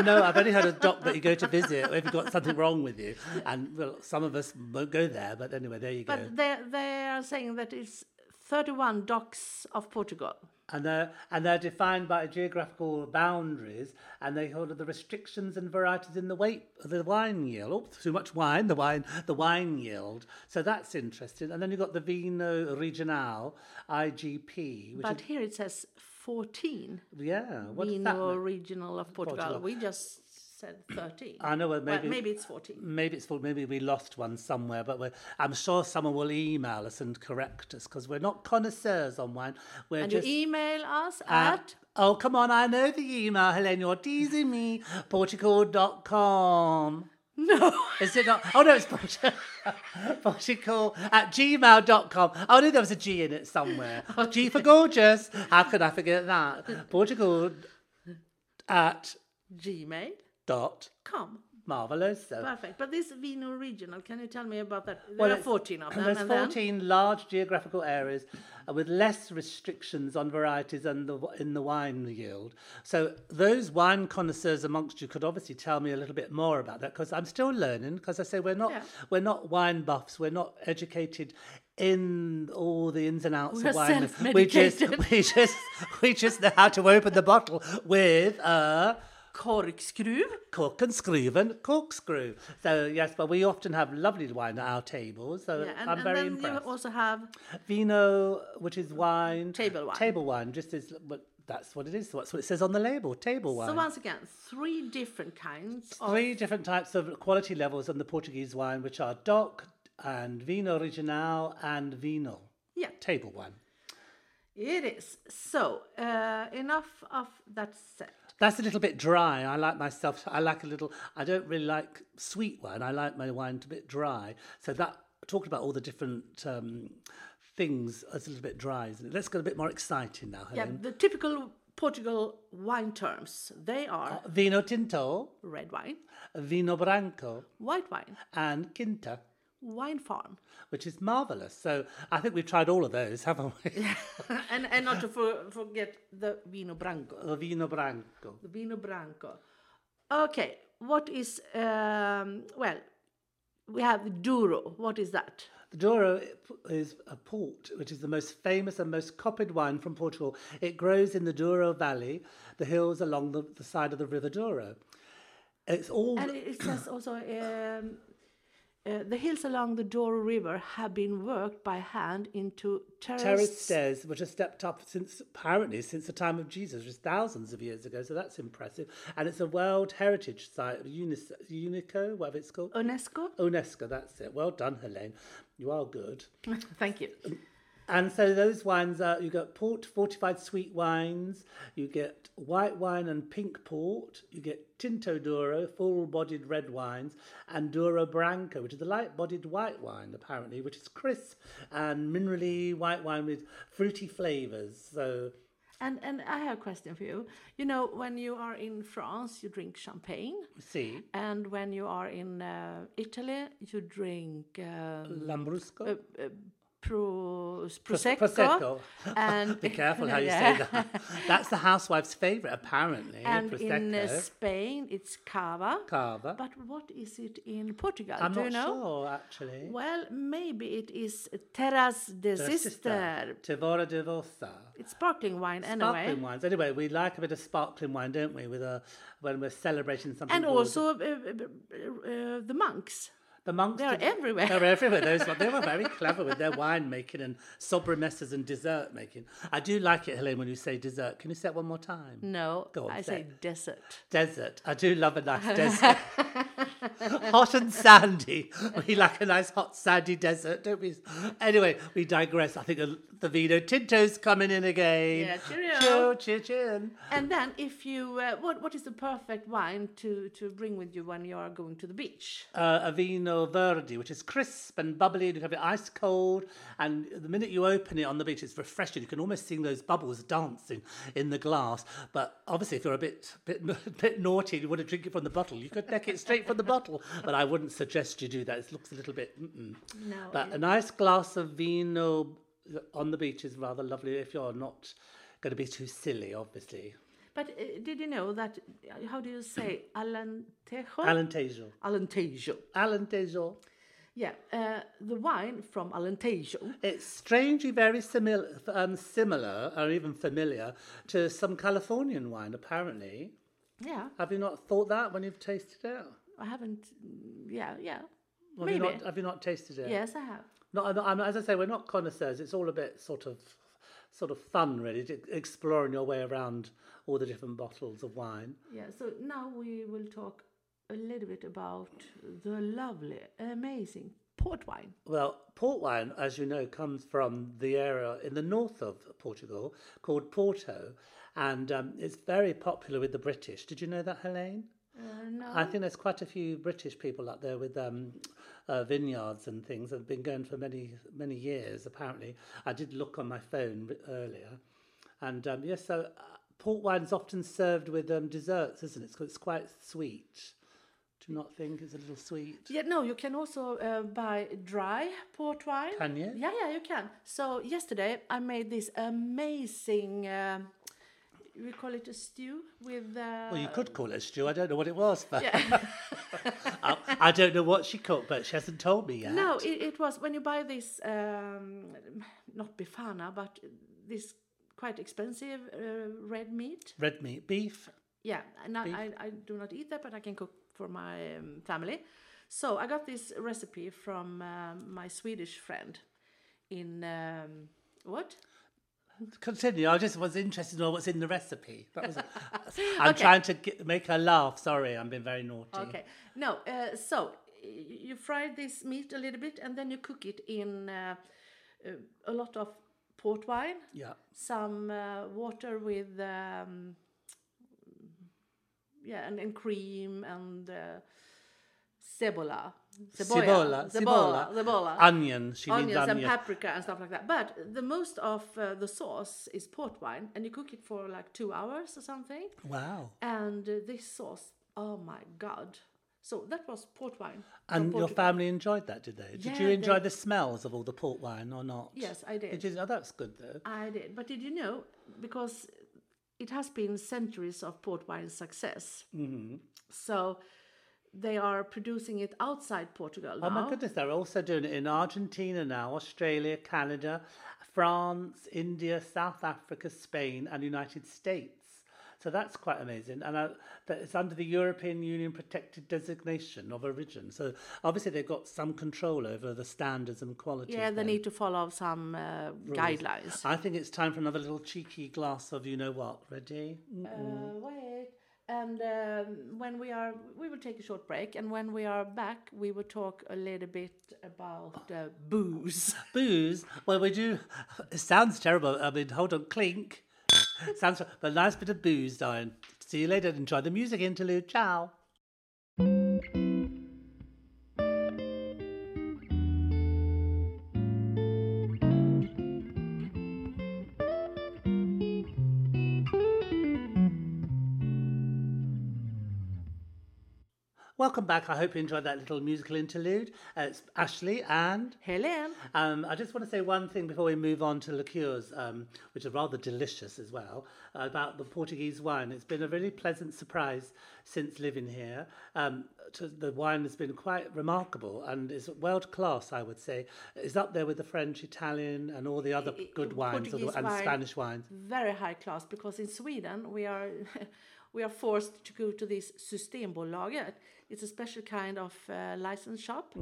Speaker 1: No, I've only heard of doc that you go to visit if you've got something wrong with you. And well, some of us won't go there, but anyway, there you go.
Speaker 2: But they they are saying that it's 31 docks of Portugal.
Speaker 1: and they're and they're defined by geographical boundaries, and they hold the restrictions and varieties in the weight of the wine yield. Oh, too much wine, the wine, the wine yield. So that's interesting. And then you've got the Vino Regional, IGP, which
Speaker 2: But
Speaker 1: is
Speaker 2: here it says 14
Speaker 1: yeah. What's that?
Speaker 2: Vino Regional of Portugal.
Speaker 1: Portugal.
Speaker 2: We just said 13.
Speaker 1: I know. Well,
Speaker 2: Well,
Speaker 1: maybe
Speaker 2: maybe it's 14.
Speaker 1: Maybe it's full. Maybe we lost one somewhere, but we're, I'm sure someone will email us and correct us because we're not connoisseurs on wine. We're
Speaker 2: And you
Speaker 1: just.
Speaker 2: email us
Speaker 1: uh,
Speaker 2: at
Speaker 1: oh, come on, I know the email, Helene. You're teasing me. Portugal.com.
Speaker 2: no.
Speaker 1: (laughs) Is it not? Oh, no, it's Portugal. (laughs) Portugal at gmail.com. Oh, no, there was a G in it somewhere.
Speaker 2: (laughs) Oh,
Speaker 1: G for gorgeous. How could I forget that? Portugal at
Speaker 2: Gmail.
Speaker 1: dot
Speaker 2: Come.
Speaker 1: marveloso.
Speaker 2: Perfect. But this Vino Regional, can you tell me about that? There
Speaker 1: Well,
Speaker 2: are
Speaker 1: it's-
Speaker 2: 14 of them.
Speaker 1: And there's
Speaker 2: and then-
Speaker 1: 14 large geographical areas uh, with less restrictions on varieties and the, w- in the wine yield. So those wine connoisseurs amongst you could obviously tell me a little bit more about that because I'm still learning. Because I say we're not
Speaker 2: Yeah.
Speaker 1: we're not wine buffs. We're not educated in all the ins and outs
Speaker 2: We're
Speaker 1: of wine. We just (laughs)
Speaker 2: self-medicated.
Speaker 1: we just we just know how to open the bottle with a
Speaker 2: Korkskruv.
Speaker 1: cork and screw and corkscrew. So yes, but we often have lovely wine at our tables. So
Speaker 2: Yeah, and,
Speaker 1: I'm
Speaker 2: and
Speaker 1: very
Speaker 2: then
Speaker 1: impressed.
Speaker 2: you also have
Speaker 1: Vino, which is wine.
Speaker 2: Table wine.
Speaker 1: Table wine, just as but that's what it is. That's what it says on the label. Table wine.
Speaker 2: so once again three different kinds of
Speaker 1: Three different types of quality levels on the Portuguese wine, which are DOC and Vino Original and Vino.
Speaker 2: yeah
Speaker 1: Table wine.
Speaker 2: It is. So, uh, enough of that set.
Speaker 1: That's a little bit dry. I like myself. I like a little. I don't really like sweet wine. I like my wine a bit dry. So that talked about all the different um, things as a little bit dry, isn't it? Let's get a bit more exciting now,
Speaker 2: Yeah,
Speaker 1: Helen.
Speaker 2: the typical Portugal wine terms they are
Speaker 1: Vino tinto,
Speaker 2: red wine,
Speaker 1: vino branco,
Speaker 2: white wine,
Speaker 1: and quinta,
Speaker 2: wine farm, (laughs)
Speaker 1: which is marvellous. So I think we've tried all of those, haven't we?
Speaker 2: and and not to for, forget the vino branco.
Speaker 1: (laughs) the vino branco.
Speaker 2: The vino branco. Okay, what is um, well? We have Douro. What is that?
Speaker 1: The Douro is a port, which is the most famous and most copied wine from Portugal. It grows in the Douro Valley, the hills along the, the side of the River Douro. It's all
Speaker 2: And it it says also um, uh, the hills along the Douro River have been worked by hand into
Speaker 1: terraced
Speaker 2: terraced
Speaker 1: stairs, which are stepped up since apparently since the time of Jesus, which is thousands of years ago. So that's impressive. And it's a World Heritage Site, Unis- Unico, whatever it's called.
Speaker 2: UNESCO.
Speaker 1: UNESCO, that's it. Well done, Helene. You are good.
Speaker 2: (laughs) Thank you.
Speaker 1: And so those wines are you get port fortified sweet wines, you get white wine and pink port, you get Tinto Douro, full bodied red wines, and Douro Branco, which is a light bodied white wine apparently, which is crisp and minerally white wine with fruity flavours. So
Speaker 2: And and I have a question for you. You know, when you are in France, you drink champagne,
Speaker 1: see
Speaker 2: and when you are in uh, Italy, you drink um,
Speaker 1: Lambrusco.
Speaker 2: pros, prosecco,
Speaker 1: Prosecco.
Speaker 2: and
Speaker 1: (laughs) Be careful how you
Speaker 2: Oh. (laughs) Yeah.
Speaker 1: say that. That's the housewife's favourite, apparently.
Speaker 2: And
Speaker 1: Prosecco.
Speaker 2: in uh, Spain, it's cava.
Speaker 1: Cava.
Speaker 2: But what is it in Portugal?
Speaker 1: I'm
Speaker 2: Do
Speaker 1: not
Speaker 2: you know?
Speaker 1: sure, actually.
Speaker 2: Well, maybe it is Terras
Speaker 1: Their
Speaker 2: de Sister.
Speaker 1: Tevora Devosa.
Speaker 2: It's sparkling wine
Speaker 1: Sparkling
Speaker 2: anyway.
Speaker 1: wines. Anyway, we like a bit of sparkling wine, don't we? With a when we're celebrating something.
Speaker 2: And
Speaker 1: gorgeous.
Speaker 2: also uh, uh, uh, the monks.
Speaker 1: the monks
Speaker 2: They're
Speaker 1: did-
Speaker 2: everywhere.
Speaker 1: They're everywhere. Those ones. they were
Speaker 2: (laughs)
Speaker 1: very clever with their wine making and sobremesas and dessert making. I do like it, Helene, when you say dessert. Can you say it one more time?
Speaker 2: No,
Speaker 1: Go on,
Speaker 2: I
Speaker 1: say
Speaker 2: say desert.
Speaker 1: Desert. I do love a
Speaker 2: (laughs)
Speaker 1: nice desert. hot and sandy. We like a nice hot sandy desert, don't we? Anyway, we digress. I think the, the Vino Tinto's coming in again.
Speaker 2: Yeah, cheerio.
Speaker 1: Cheer, cheer, cheer.
Speaker 2: And then, if you, uh, what what is the perfect wine to to bring with you when you are going to the beach?
Speaker 1: uh, a vino verde, which is crisp and bubbly, and you can have it ice cold. And the minute you open it on the beach, it's refreshing. You can almost see those bubbles dancing in the glass. But obviously, if you're a bit bit, (laughs) bit naughty and you want to drink it from the bottle, you could neck it straight from the bottle. But I wouldn't suggest you do that. It looks a little bit. Mm-mm.
Speaker 2: No,
Speaker 1: But a nice glass of vino on the beach is rather lovely if you're not going to be too silly, obviously.
Speaker 2: But uh, did you know that? uh, How do you say alentejo?
Speaker 1: Alentejo.
Speaker 2: alentejo.
Speaker 1: Alentejo.
Speaker 2: Yeah, uh, the wine from Alentejo.
Speaker 1: It's strangely very simil- um, similar, or even familiar, to some Californian wine, apparently.
Speaker 2: Yeah,
Speaker 1: Have you not thought that when you've tasted it?
Speaker 2: I haven't. mm, Yeah, yeah.
Speaker 1: Have You
Speaker 2: Maybe.
Speaker 1: not, have you not tasted it?
Speaker 2: Yes, I have.
Speaker 1: Not, I'm, I'm- as I say, we're not connoisseurs. It's all a bit sort of, sort of fun, really, to exploring your way around all the different bottles of wine.
Speaker 2: Yeah. So now we will talk a little bit about the lovely, amazing port wine.
Speaker 1: Well, port wine, as you know, comes from the area in the north of Portugal called Porto, and um, it's very popular with the British. Did you know that, Helene?
Speaker 2: Uh, no.
Speaker 1: I think there's quite a few British people up there with um, uh, vineyards and things that have been going for many, many years, apparently. I did look on my phone r- earlier. And um, yes, so uh, port wine's often served with um, desserts, isn't it? It's, it's quite sweet. Do you not think it's a little sweet?
Speaker 2: Yeah, no, you can also uh, buy dry port wine.
Speaker 1: Can you?
Speaker 2: Yeah, yeah, you can. So yesterday I made this amazing. Um, we call it a stew with. Uh,
Speaker 1: Well, you could call it a stew. I don't know what it was, but
Speaker 2: (laughs)
Speaker 1: I, I don't know what she cooked, but she hasn't told me yet.
Speaker 2: No, it, it was when you buy this, um, not Bifana, but this quite expensive uh, red meat.
Speaker 1: Red meat, beef.
Speaker 2: Yeah, and I, I, I do not eat that, but I can cook for my um, family. So I got this recipe from um, my Swedish friend in um, what?
Speaker 1: Continue. I just was interested in what's in the recipe. That
Speaker 2: (laughs)
Speaker 1: was. I'm trying to get, make her laugh. Sorry, I'm being very naughty.
Speaker 2: Okay. No, uh, so y- you fry this meat a little bit and then you cook it in uh, uh, a lot of port wine,
Speaker 1: Yeah.
Speaker 2: some uh, water with, um, yeah, and, and cream and uh, cebola. Cebolla,
Speaker 1: Cibola,
Speaker 2: cebolla,
Speaker 1: cibola.
Speaker 2: cebolla.
Speaker 1: Onion. She needs
Speaker 2: onions and
Speaker 1: onion.
Speaker 2: paprika and stuff like that. But the most of uh, the sauce is port wine, and you cook it for like two hours or something.
Speaker 1: Wow.
Speaker 2: And uh, this sauce, oh my god! So that was port wine. from
Speaker 1: And your
Speaker 2: Portugal.
Speaker 1: family enjoyed that, did they? Did
Speaker 2: Yeah,
Speaker 1: you
Speaker 2: they-
Speaker 1: enjoy the smells of all the port wine or not?
Speaker 2: Yes, I did.
Speaker 1: It is, oh, that's good though.
Speaker 2: I did. But did you know? Because it has been centuries of port wine success. Mm-hmm. So they are producing it outside Portugal now.
Speaker 1: Oh my goodness, they're also doing it in Argentina now, Australia, Canada, France, India, South Africa, Spain, and United States. So that's quite amazing. And I, that it's under the European Union protected designation of origin. So obviously they've got some control over the standards and quality.
Speaker 2: yeah, they need to follow some uh, guidelines.
Speaker 1: I think it's time for another little cheeky glass of you know what. Ready?
Speaker 2: Uh, wait. And um, when we are, we will take a short break. And when we are back, we will talk a little bit about uh, booze.
Speaker 1: booze. Well, we do. It sounds terrible. I mean, hold on, clink. sounds, but a nice bit of booze, Diane. See you later. Enjoy the music interlude. Ciao. Welcome back. I hope you enjoyed that little musical interlude. Uh, it's Ashley and
Speaker 2: Helen,
Speaker 1: um, I just want to say one thing before we move on to liqueurs, um, which are rather delicious as well, uh, about the Portuguese wine. It's been a really pleasant surprise since living here. Um, to, the wine has been quite remarkable and is world class, I would say. It's up there with the French, Italian, and all the other
Speaker 2: I-
Speaker 1: good wines of the-
Speaker 2: Portuguese
Speaker 1: and
Speaker 2: wine.
Speaker 1: Spanish wines.
Speaker 2: very high class because in Sweden we are (laughs) we are forced to go to this Systembolaget. It's a special kind of uh, license shop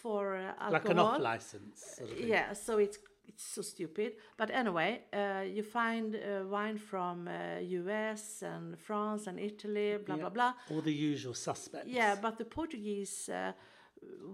Speaker 2: for uh, alcohol.
Speaker 1: Mm-hmm. Like an off license. Sort of thing.
Speaker 2: Yeah, so it's it's so stupid. But anyway, uh, you find uh, wine from uh, U.S. and France and Italy, blah blah blah.
Speaker 1: All the usual suspects.
Speaker 2: Yeah, but the Portuguese uh,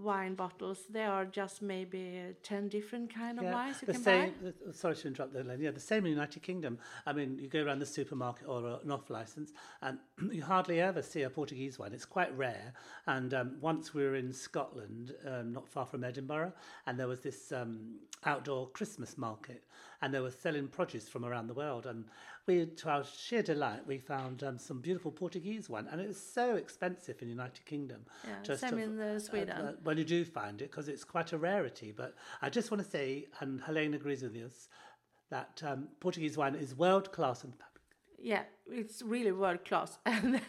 Speaker 2: wine bottles, they are just maybe uh, ten different kind of wines you
Speaker 1: the
Speaker 2: can
Speaker 1: same.
Speaker 2: buy.
Speaker 1: uh, Sorry to interrupt there, Len. Yeah, the same in the United Kingdom. I mean, you go around the supermarket or a- an off license, and (clears throat) you hardly ever see a Portuguese wine. It's quite rare. And um, once we were in Scotland, um, not far from Edinburgh, and there was this um, outdoor Christmas market, and they were selling produce from around the world. And we, to our sheer delight, we found um, some beautiful Portuguese wine, and it was so expensive in the United Kingdom.
Speaker 2: Yeah,
Speaker 1: just
Speaker 2: same
Speaker 1: to-
Speaker 2: in uh, Sweden.
Speaker 1: uh, when you do find it, because it's quite a rarity. But I just want to say, and Helene agrees with us, that um, Portuguese wine is world class and
Speaker 2: yeah, it's really world class. (laughs) And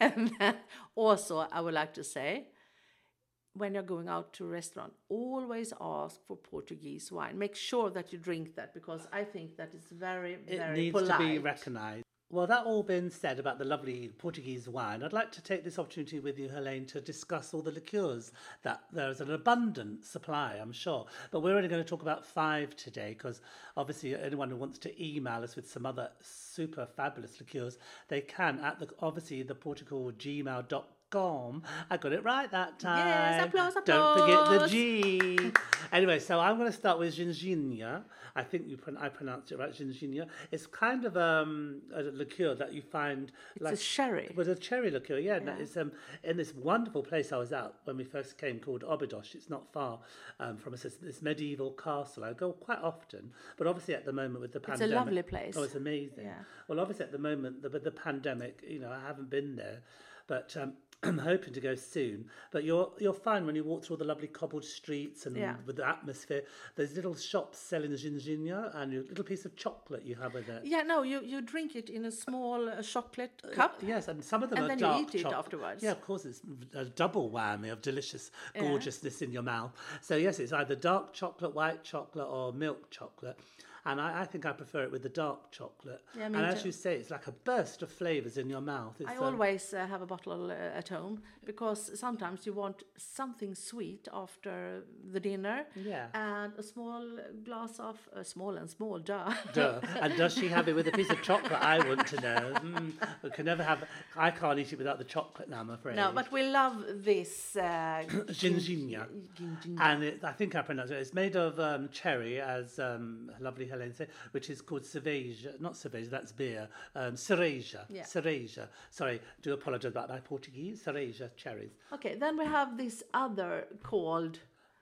Speaker 2: and then also, I would like to say, when you're going out to a restaurant, always ask for Portuguese wine. Make sure that you drink that because I think that is very
Speaker 1: it
Speaker 2: very
Speaker 1: needs
Speaker 2: polite.
Speaker 1: to be recognised. Well, that all being said about the lovely Portuguese wine, I'd like to take this opportunity with you, Helene, to discuss all the liqueurs that there is an abundant supply, I'm sure. But we're only going to talk about five today because obviously anyone who wants to email us with some other super fabulous liqueurs, they can at the obviously the Portugal gmail.com. I got it right that time.
Speaker 2: applause,
Speaker 1: Don't forget the
Speaker 2: applause. (laughs)
Speaker 1: G. anyway, so I'm going to start with Ginginia. I think you pron- I pronounced it right, Ginginia. It's kind of um, a liqueur that you find
Speaker 2: It's a sherry.
Speaker 1: with a cherry liqueur, yeah. and It's um, in this wonderful place I was at when we first came called Obidos. It's not far um, from us. It's this medieval castle. I go quite often, but obviously at the moment with the
Speaker 2: a
Speaker 1: pandemic.
Speaker 2: lovely place.
Speaker 1: Oh, it's amazing.
Speaker 2: Yeah.
Speaker 1: Well, obviously at the moment the, with the pandemic, you know, I haven't been there, but um, (clears throat) I'm hoping to go soon. But you'll you'll find when you walk through all the lovely cobbled streets and
Speaker 2: Yeah.
Speaker 1: with the atmosphere, there's little shops selling the ginginia and your little piece of chocolate you have with it.
Speaker 2: Yeah, no, you, you drink it in a small uh, chocolate cup.
Speaker 1: Yes, and some of them
Speaker 2: And
Speaker 1: are
Speaker 2: then you
Speaker 1: dark
Speaker 2: eat it
Speaker 1: choc-
Speaker 2: afterwards.
Speaker 1: Yeah, of course, it's a double whammy of delicious gorgeousness in your mouth. So yes, it's either dark chocolate, white chocolate, or milk chocolate. And I, I think I prefer it with the dark chocolate.
Speaker 2: Yeah, me
Speaker 1: and as
Speaker 2: too.
Speaker 1: you say, it's like a burst of flavours in your mouth. It's
Speaker 2: I
Speaker 1: um,
Speaker 2: always uh, have a bottle uh, at home because sometimes you want something sweet after the dinner.
Speaker 1: Yeah.
Speaker 2: And a small glass of a small and small duh.
Speaker 1: Duh. And does she have it with a piece of chocolate? I want to know. Mm, we can never have. I can't eat it without the chocolate now. I'm afraid.
Speaker 2: (laughs) no, but we love this uh,
Speaker 1: Ginginia.
Speaker 2: gingin-
Speaker 1: And it, I think I pronounced it. It's made of um, cherry, as um, lovely Helene said, which is called cerveja. Not cerveja, that's beer. Um, cereja.
Speaker 2: Yeah.
Speaker 1: Cereja. Sorry, do apologise about my Portuguese. cereja cherries.
Speaker 2: Okay, then we have this other called.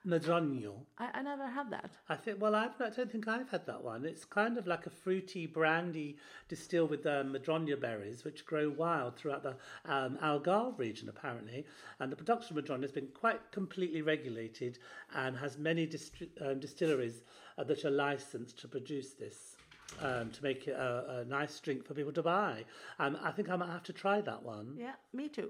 Speaker 1: Madroño.
Speaker 2: I, I never had that.
Speaker 1: I think. Well, I've, I don't think I've had that one. It's kind of like a fruity brandy distilled with um, madroño berries, which grow wild throughout the um, Algarve region, apparently. And the production of madroño has been quite completely regulated and has many distri- um, distilleries uh, that are licensed to produce this. Um, to make it a, a nice drink for people to buy. Um, I think I might have to try that one.
Speaker 2: Yeah, me too.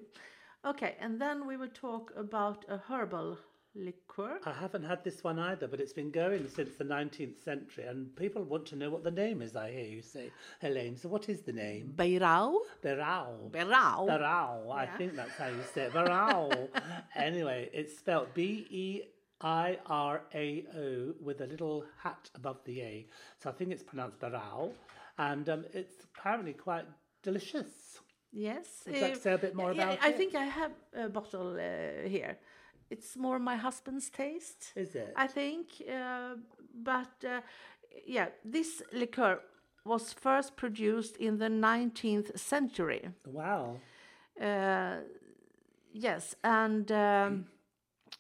Speaker 2: Okay, and then we will talk about a herbal liqueur.
Speaker 1: I haven't had this one either, but it's been going since the 19th century, and people want to know what the name is, I hear you say, Helene. So, what is the name?
Speaker 2: Beirao.
Speaker 1: Berau.
Speaker 2: Beirao.
Speaker 1: Berau. I
Speaker 2: Yeah.
Speaker 1: think that's how you say it.
Speaker 2: (laughs)
Speaker 1: Berau. anyway, it's spelled B E I R A O with a little hat above the A. So, I think it's pronounced Berau, and um, it's apparently quite delicious.
Speaker 2: Yes.
Speaker 1: Would you like
Speaker 2: eh,
Speaker 1: to say a bit more
Speaker 2: yeah, yeah,
Speaker 1: about
Speaker 2: I
Speaker 1: it?
Speaker 2: think I have a bottle uh, here. It's more my husband's taste.
Speaker 1: Is it?
Speaker 2: I think. Uh, but uh, yeah, this liqueur was first produced in the 19th century.
Speaker 1: wow.
Speaker 2: Uh, yes, and um,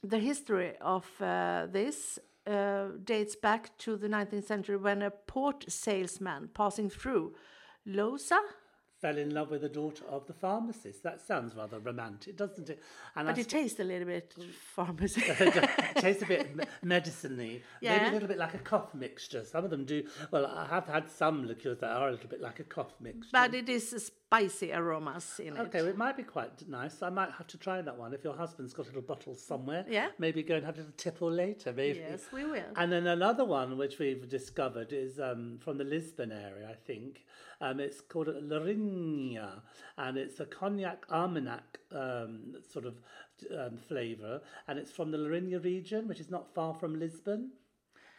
Speaker 2: the history of uh, this uh, dates back to the 19th century when a port salesman passing through Losa.
Speaker 1: Fell in love with the daughter of the pharmacist. That sounds rather romantic, doesn't it? And
Speaker 2: But
Speaker 1: I
Speaker 2: it tastes a
Speaker 1: (laughs)
Speaker 2: little bit pharmacy.
Speaker 1: It tastes a bit me- medicine-y. Maybe
Speaker 2: Yeah.
Speaker 1: a little bit like a cough mixture. Some of them do. Well, I have had some liqueurs that are a little bit like a cough mixture.
Speaker 2: but it is spicy aromas in
Speaker 1: Okay,
Speaker 2: it.
Speaker 1: well, it might be quite d- nice. I might have to try that one if your husband's got a little bottle somewhere.
Speaker 2: Yeah.
Speaker 1: Maybe go and have a little tipple later, maybe.
Speaker 2: Yes, we will.
Speaker 1: (laughs) And then another one which we've discovered is um, from the Lisbon area, I think. Um, it's called Larinha, and it's a cognac almanac um, sort of um, flavour, and it's from the Larinha region, which is not far from Lisbon.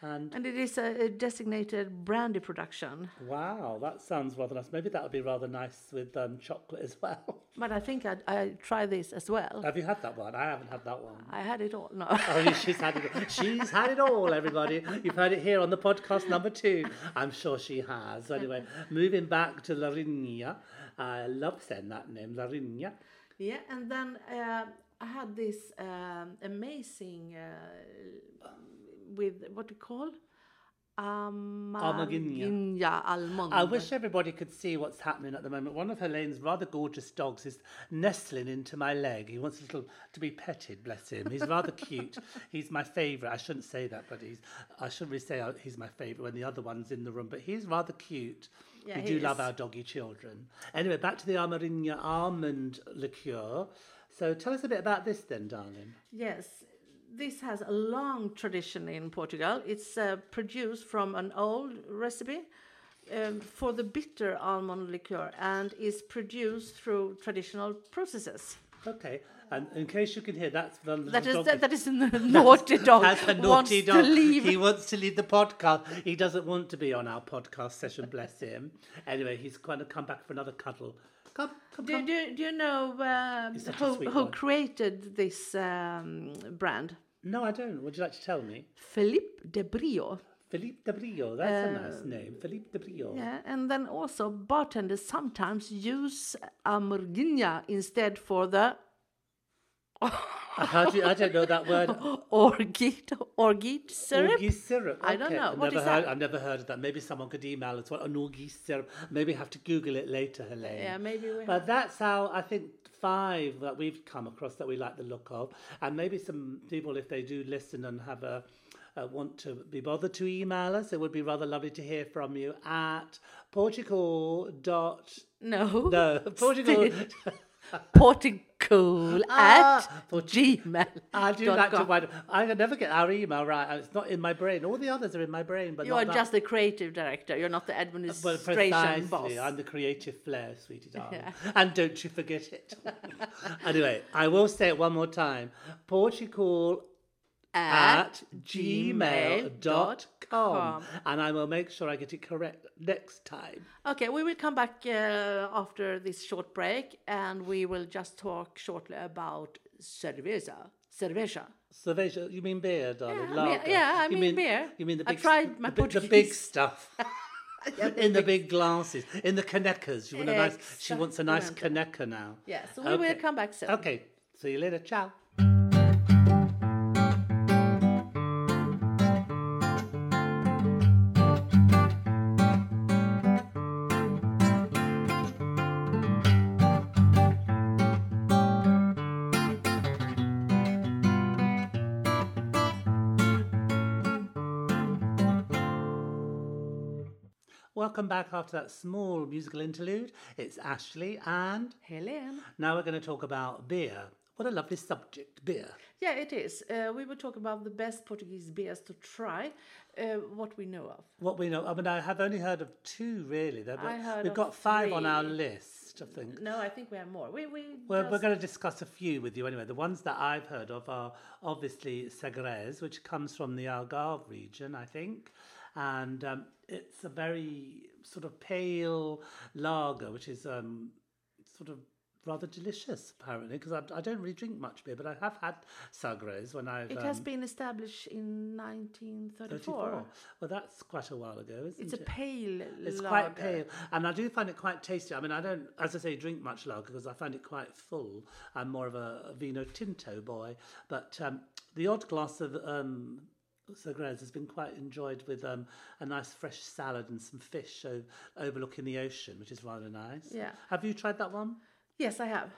Speaker 1: And
Speaker 2: And it is a, a designated brandy production.
Speaker 1: wow, that sounds rather nice. Maybe that would be rather nice with um, chocolate as well. (laughs)
Speaker 2: But I think I'd, i try this as well.
Speaker 1: Have you had that one? I haven't had that one.
Speaker 2: I had it all. No.
Speaker 1: Uh, (laughs) Oh, she's had
Speaker 2: (laughs)
Speaker 1: it. all. She's had it all, everybody. You've heard it here on the podcast number two. I'm sure she has. So anyway, moving back to Larinha. I love saying that name, Larinha.
Speaker 2: Yeah, and then uh, I had this um, amazing uh, with what do you call?
Speaker 1: Almaginia.
Speaker 2: Almaginia almond.
Speaker 1: I wish everybody could see what's happening at the moment. One of Helene's rather gorgeous dogs is nestling into my leg. He wants a little to be petted, bless him. He's
Speaker 2: (laughs)
Speaker 1: rather cute. He's my favourite. I shouldn't say that, but he's. I shouldn't really say uh, he's my favourite when the other one's in the room. But he's rather cute.
Speaker 2: Yeah,
Speaker 1: we
Speaker 2: he
Speaker 1: do love
Speaker 2: is.
Speaker 1: our doggy children. Anyway, back to the Armarinha almond liqueur. So tell us a bit about this then, darling.
Speaker 2: Yes, this has a long tradition in Portugal. It's uh, produced from an old recipe um, for the bitter almond liqueur and is produced through traditional processes.
Speaker 1: Okay, and in case you can hear, that's the
Speaker 2: That is
Speaker 1: dog
Speaker 2: that, that is
Speaker 1: (laughs)
Speaker 2: n- naughty dog. (laughs)
Speaker 1: That's a
Speaker 2: wants
Speaker 1: naughty
Speaker 2: to
Speaker 1: dog.
Speaker 2: leave.
Speaker 1: He wants to leave the podcast. He doesn't want to be on our podcast session, bless him. Anyway, he's going to come back for another cuddle. Come, come,
Speaker 2: Do,
Speaker 1: come.
Speaker 2: do, do you know um,
Speaker 1: such a
Speaker 2: who,
Speaker 1: sweet
Speaker 2: who
Speaker 1: one.
Speaker 2: created this um, brand?
Speaker 1: No, I don't. Would you like to tell me?
Speaker 2: Philippe de Brio.
Speaker 1: Philippe de Brio. That's a nice name. Philippe de Brio.
Speaker 2: Oh. Yeah, and then also bartenders sometimes use Amorginha instead for the
Speaker 1: How do you, I don't know
Speaker 2: (laughs)
Speaker 1: that word.
Speaker 2: orgit, orgit syrup.
Speaker 1: Orgy syrup.
Speaker 2: I don't
Speaker 1: okay.
Speaker 2: know.
Speaker 1: I've
Speaker 2: What
Speaker 1: never
Speaker 2: is
Speaker 1: heard,
Speaker 2: that?
Speaker 1: I've never heard of that. Maybe someone could email us what an orgy syrup. Maybe have to Google it later, Helene.
Speaker 2: Yeah, maybe we
Speaker 1: But that's how I think five that we've come across that we like the look of, and maybe some people, if they do listen and have a uh, want to be bothered to email us, it would be rather lovely to hear from you at Portugal dot
Speaker 2: no.
Speaker 1: no (laughs) Portugal.
Speaker 2: Portugal
Speaker 1: (laughs)
Speaker 2: (laughs) at
Speaker 1: Ah,
Speaker 2: gmail.
Speaker 1: I do like to write. I can never get our email right. and It's not in my brain. All the others are in my brain, but
Speaker 2: You
Speaker 1: not
Speaker 2: are
Speaker 1: that.
Speaker 2: just the creative director. You're not the
Speaker 1: Well,
Speaker 2: administration boss.
Speaker 1: precisely. I'm the creative flair,
Speaker 2: (laughs)
Speaker 1: sweetie darling. And don't you forget it. (laughs) anyway, I will say it one more time. Portugal at gmail.com. And I will make sure I get it correct next time.
Speaker 2: Okay, we will come back uh, after this short break and we will just talk shortly about cerveza. Cerveza.
Speaker 1: Cerveja, you mean beer, darling?
Speaker 2: Yeah, I mean-
Speaker 1: lager.
Speaker 2: yeah, I
Speaker 1: You
Speaker 2: mean beer.
Speaker 1: You mean the
Speaker 2: I
Speaker 1: big,
Speaker 2: tried my
Speaker 1: the, big- the big
Speaker 2: (laughs) Portuguese.
Speaker 1: stuff. in the big glasses, in the Kanekas. She, want a nice, she wants a nice
Speaker 2: Exactly.
Speaker 1: Kaneka now.
Speaker 2: Yeah, so we will
Speaker 1: Okay.
Speaker 2: come back soon.
Speaker 1: Okay, see you later. Ciao. Welcome back after that small musical interlude. It's Ashley and
Speaker 2: Helene.
Speaker 1: now we're going to talk about beer. What a lovely subject, beer.
Speaker 2: Yeah, it is. Uh, we will talk about the best Portuguese beers to try, uh, what we know of.
Speaker 1: What we know, I mean, I have only heard of two really. There, but
Speaker 2: I heard
Speaker 1: we've
Speaker 2: of
Speaker 1: got five on our
Speaker 2: three.
Speaker 1: list, I think.
Speaker 2: No, I think we have more. We, we
Speaker 1: Well, we're
Speaker 2: just-
Speaker 1: going to discuss a few with you anyway. The ones that I've heard of are obviously Sagres, which comes from the Algarve region, I think. And um, it's a very sort of pale lager, which is um, sort of rather delicious, apparently, because I, I don't really drink much beer, but I have had Sagres when I've.
Speaker 2: it has
Speaker 1: um,
Speaker 2: been established in 1934.
Speaker 1: 34. Well, that's quite a while ago, isn't
Speaker 2: It's a
Speaker 1: it?
Speaker 2: pale
Speaker 1: It's
Speaker 2: lager.
Speaker 1: quite pale, and I do find it quite tasty. I mean, I don't, as I say, drink much lager because I find it quite full. I'm more of a vino tinto boy, but um, the odd glass of um, Sagres has been quite enjoyed with um, a nice fresh salad and some fish so overlooking the ocean, which is rather nice.
Speaker 2: Yeah.
Speaker 1: Have you tried that one?
Speaker 2: Yes, I have.